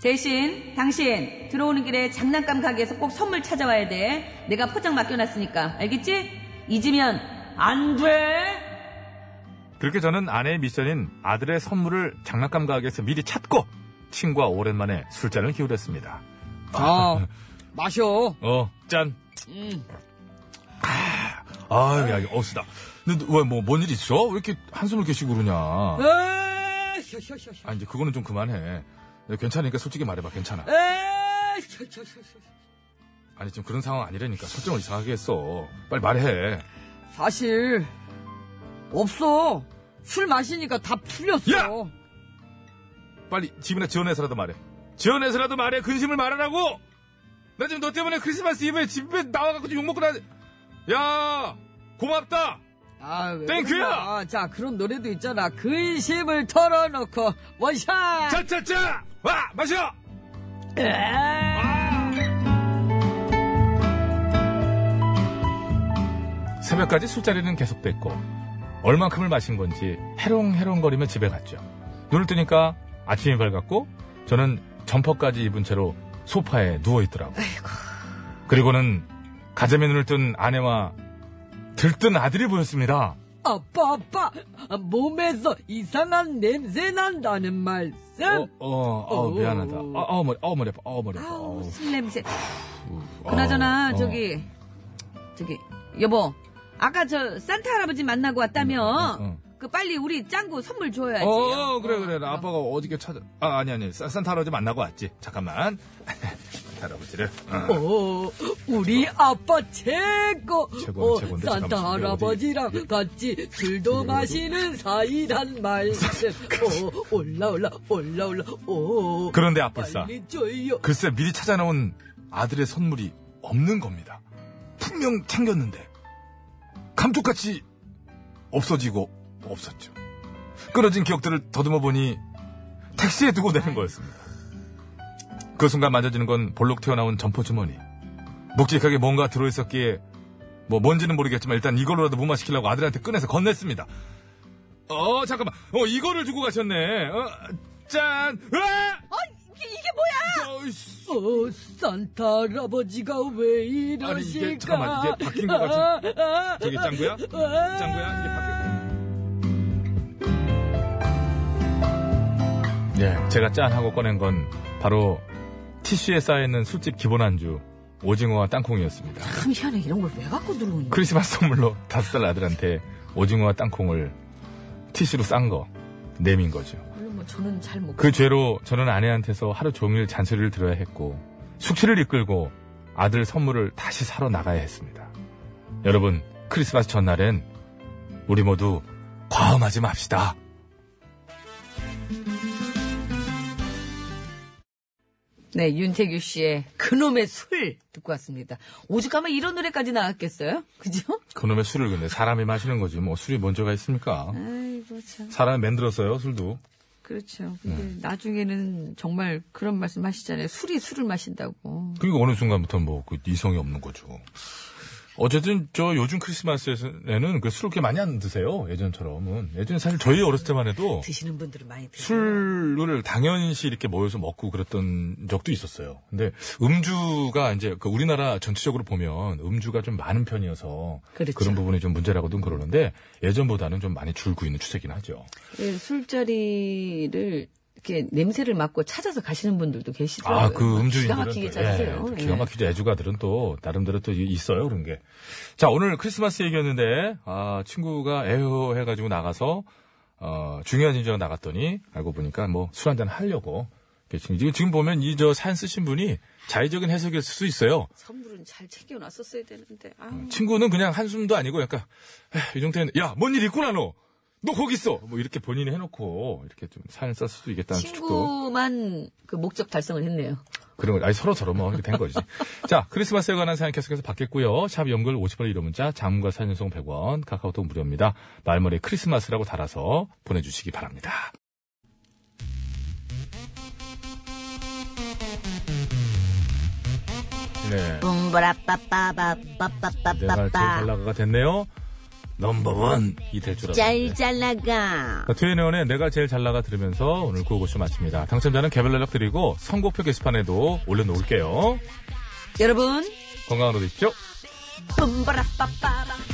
S7: 제신, 당신 들어오는 길에 장난감 가게에서 꼭 선물 찾아와야 돼. 내가 포장 맡겨놨으니까 알겠지? 잊으면 안 돼.
S1: 그렇게 저는 아내의 미션인 아들의 선물을 장난감 가게에서 미리 찾고 친구와 오랜만에 술잔을 기울였습니다.
S7: 아, 마셔.
S1: 어, 짠. 아, 아유, 야, 이거 어수다. 근데 왜, 뭐, 뭔 일 있어? 왜 이렇게 한숨을 계시고 그러냐.
S7: 에이, 혀혀혀혀.
S1: 아 이제 그거는 좀 그만해. 야, 괜찮으니까 솔직히 말해봐. 괜찮아.
S7: 에이, 혀혀혀혀.
S1: 아니 지금 그런 상황 아니라니까 설정을 이상하게 했어. 빨리 말해.
S7: 사실 없어. 술 마시니까 다 풀렸어.
S1: 야! 빨리 집이나 지원해서라도 말해. 지원해서라도 말해. 근심을 말하라고. 나 지금 너 때문에 크리스마스 이브에 집에 나와갖고 지금 욕 먹고 나. 야 고맙다.
S7: 아, 왜
S1: 땡큐야!
S7: 그러냐. 자, 그런 노래도 있잖아. 근심을 털어놓고 원샷.
S1: 짜짜짜. 와 마셔. 새벽까지 술자리는 계속됐고 얼만큼을 마신 건지 해롱해롱거리며 집에 갔죠. 눈을 뜨니까 아침이 밝았고 저는 점퍼까지 입은 채로 소파에 누워 있더라고. 그리고는 가재미 눈을 뜬 아내와 들뜬 아들이 보였습니다.
S7: 아빠, 아빠, 아, 몸에서 이상한 냄새 난다는 말씀.
S1: 어, 어, 어, 미안하다. 어, 어, 머리, 어, 머리 아파, 어, 머리 아파.
S7: 아우,
S1: 어우,
S7: 술 냄새.
S1: 어,
S7: 그나저나,
S1: 어.
S7: 저기, 저기, 여보. 아까 저 산타 할아버지 만나고 왔다며.
S1: 응, 응,
S7: 그 빨리 우리 짱구 선물 줘야지.
S1: 어, 어, 그래, 그래. 나 아빠가 어저께 찾아. 아, 아니, 아니. 산- 산타 할아버지 만나고 왔지. 잠깐만. 산타 할아버지를. 어.
S7: 오, 우리 아빠 최고. 어,
S1: 최고는 최고인데
S7: 산타
S1: 잠깐만, 이게
S7: 할아버지랑 같이 술도 마시는 사이란 말씀. 오, 올라 올라 올라 올라. 오.
S1: 그런데 아뿔싸.
S7: 빨리 줘요.
S1: 글쎄, 미리 찾아나온 아들의 선물이 없는 겁니다. 분명 챙겼는데. 감쪽같이 없어지고 없었죠. 끊어진 기억들을 더듬어 보니 택시에 두고 내는 거였습니다. 그 순간 만져지는 건 볼록 튀어나온 점포 주머니. 묵직하게 뭔가 들어있었기에 뭐 뭔지는 모르겠지만 일단 이걸로라도 무마시키려고 아들한테 꺼내서 건넸습니다. 어 잠깐만, 어 이거를 두고 가셨네. 어, 짠, 으아!
S7: 이게 뭐야?
S1: 어이씨.
S7: 어, 산타 할아버지가 왜 이러실까?
S1: 아니, 이게 잠깐만, 이게 바뀐 것 같은-
S7: 아,
S1: 저기 짱구야?
S7: 아,
S1: 짱구야 이게 바뀌었고. 예, 제가 짠 하고 꺼낸 건 바로 티슈에 쌓여있는 술집 기본 안주 오징어와 땅콩이었습니다.
S2: 참 희한해 이런 걸 왜 갖고 들어오니?
S1: 크리스마스 선물로 다섯 살 아들한테 오징어와 땅콩을 티슈로 싼 거 내민 거죠.
S7: 물론 뭐 저는 잘 못.
S1: 그 죄로 저는 아내한테서 하루 종일 잔소리를 들어야 했고 숙취를 이끌고 아들 선물을 다시 사러 나가야 했습니다. 여러분 크리스마스 전날엔 우리 모두 과음하지 맙시다.
S7: 네, 윤태규 씨의 그놈의 술 듣고 왔습니다. 오죽하면 이런 노래까지 나왔겠어요? 그죠?
S1: 그놈의 술을 근데 사람이 마시는 거지 뭐 술이 먼저가 있습니까?
S7: 아이고 참,
S1: 사람이 만들었어요 술도.
S7: 그렇죠. 근데 나중에는 정말 그런 말씀 하시잖아요. 술이 술을 마신다고.
S1: 그리고 어느 순간부터 뭐 그 이성이 없는 거죠. 어쨌든 저 요즘 크리스마스에는 그 술을 그렇게 많이 안 드세요 예전처럼은 예전 사실 저희 어렸을 때만 해도
S2: 드시는 분들은 많이 드세요.
S1: 술을 당연시 이렇게 모여서 먹고 그랬던 적도 있었어요. 근데 음주가 이제 그 우리나라 전체적으로 보면 음주가 좀 많은 편이어서
S2: 그렇죠.
S1: 런 부분이 좀 문제라고든 그러는데 예전보다는 좀 많이 줄고 있는 추세긴 하죠.
S7: 예, 술자리를 이렇게 냄새를 맡고 찾아서 가시는 분들도 계시더라고요.
S1: 아, 그 음주인들은
S7: 어, 기가 막히게
S1: 또, 예,
S7: 짰어요.
S1: 또 기가 막히죠. 애주가들은 또 나름대로 또 이- 있어요 그런 게. 자 오늘 크리스마스 얘기였는데 아 친구가 에휴 해가지고 나가서 어, 중요한 일정 나갔더니 알고 보니까 뭐 술 한잔 하려고. 이렇게 지금 지금- 지금 보면 이 저 사연 쓰신 분이 자의적인 해석일 수도 있어요.
S7: 선물은 잘 챙겨놨었어야 되는데. 아
S1: 친구는 그냥 한숨도 아니고 약간 에휴, 이 정도는 야뭔 일 있구나 너. 너 거기 있어. 뭐 이렇게 본인이 해놓고 이렇게 좀 사연 썼을 수도 있겠다는 추측도
S7: 친구만 그 목적 달성을 했네요.
S1: 그런 거, 아니, 서로 서로 뭐, 이렇게 된 거지. 자, 크리스마스에 관한 사연 계속해서 받겠고요. 샵 연글 50원 이호 문자, 장문과 사연 연속 100원, 카카오톡 무료입니다. 말머리 크리스마스라고 달아서 보내주시기 바랍니다. 네.
S2: 붐보라 빠빠바
S1: 내가 제일 잘
S2: 빠빠빠빠빠
S1: 나가가 됐네요. 넘버원. 이될줄 알았는데.
S2: 잘잘 나가.
S1: 트윈의원의 내가 제일 잘 나가 들으면서 오늘 구호고쇼 마칩니다. 당첨자는 개별 연락 드리고 선곡표 게시판에도 올려놓을게요.
S7: 여러분,
S1: 건강으로 되십시오.
S7: 뿜바라빠빠라.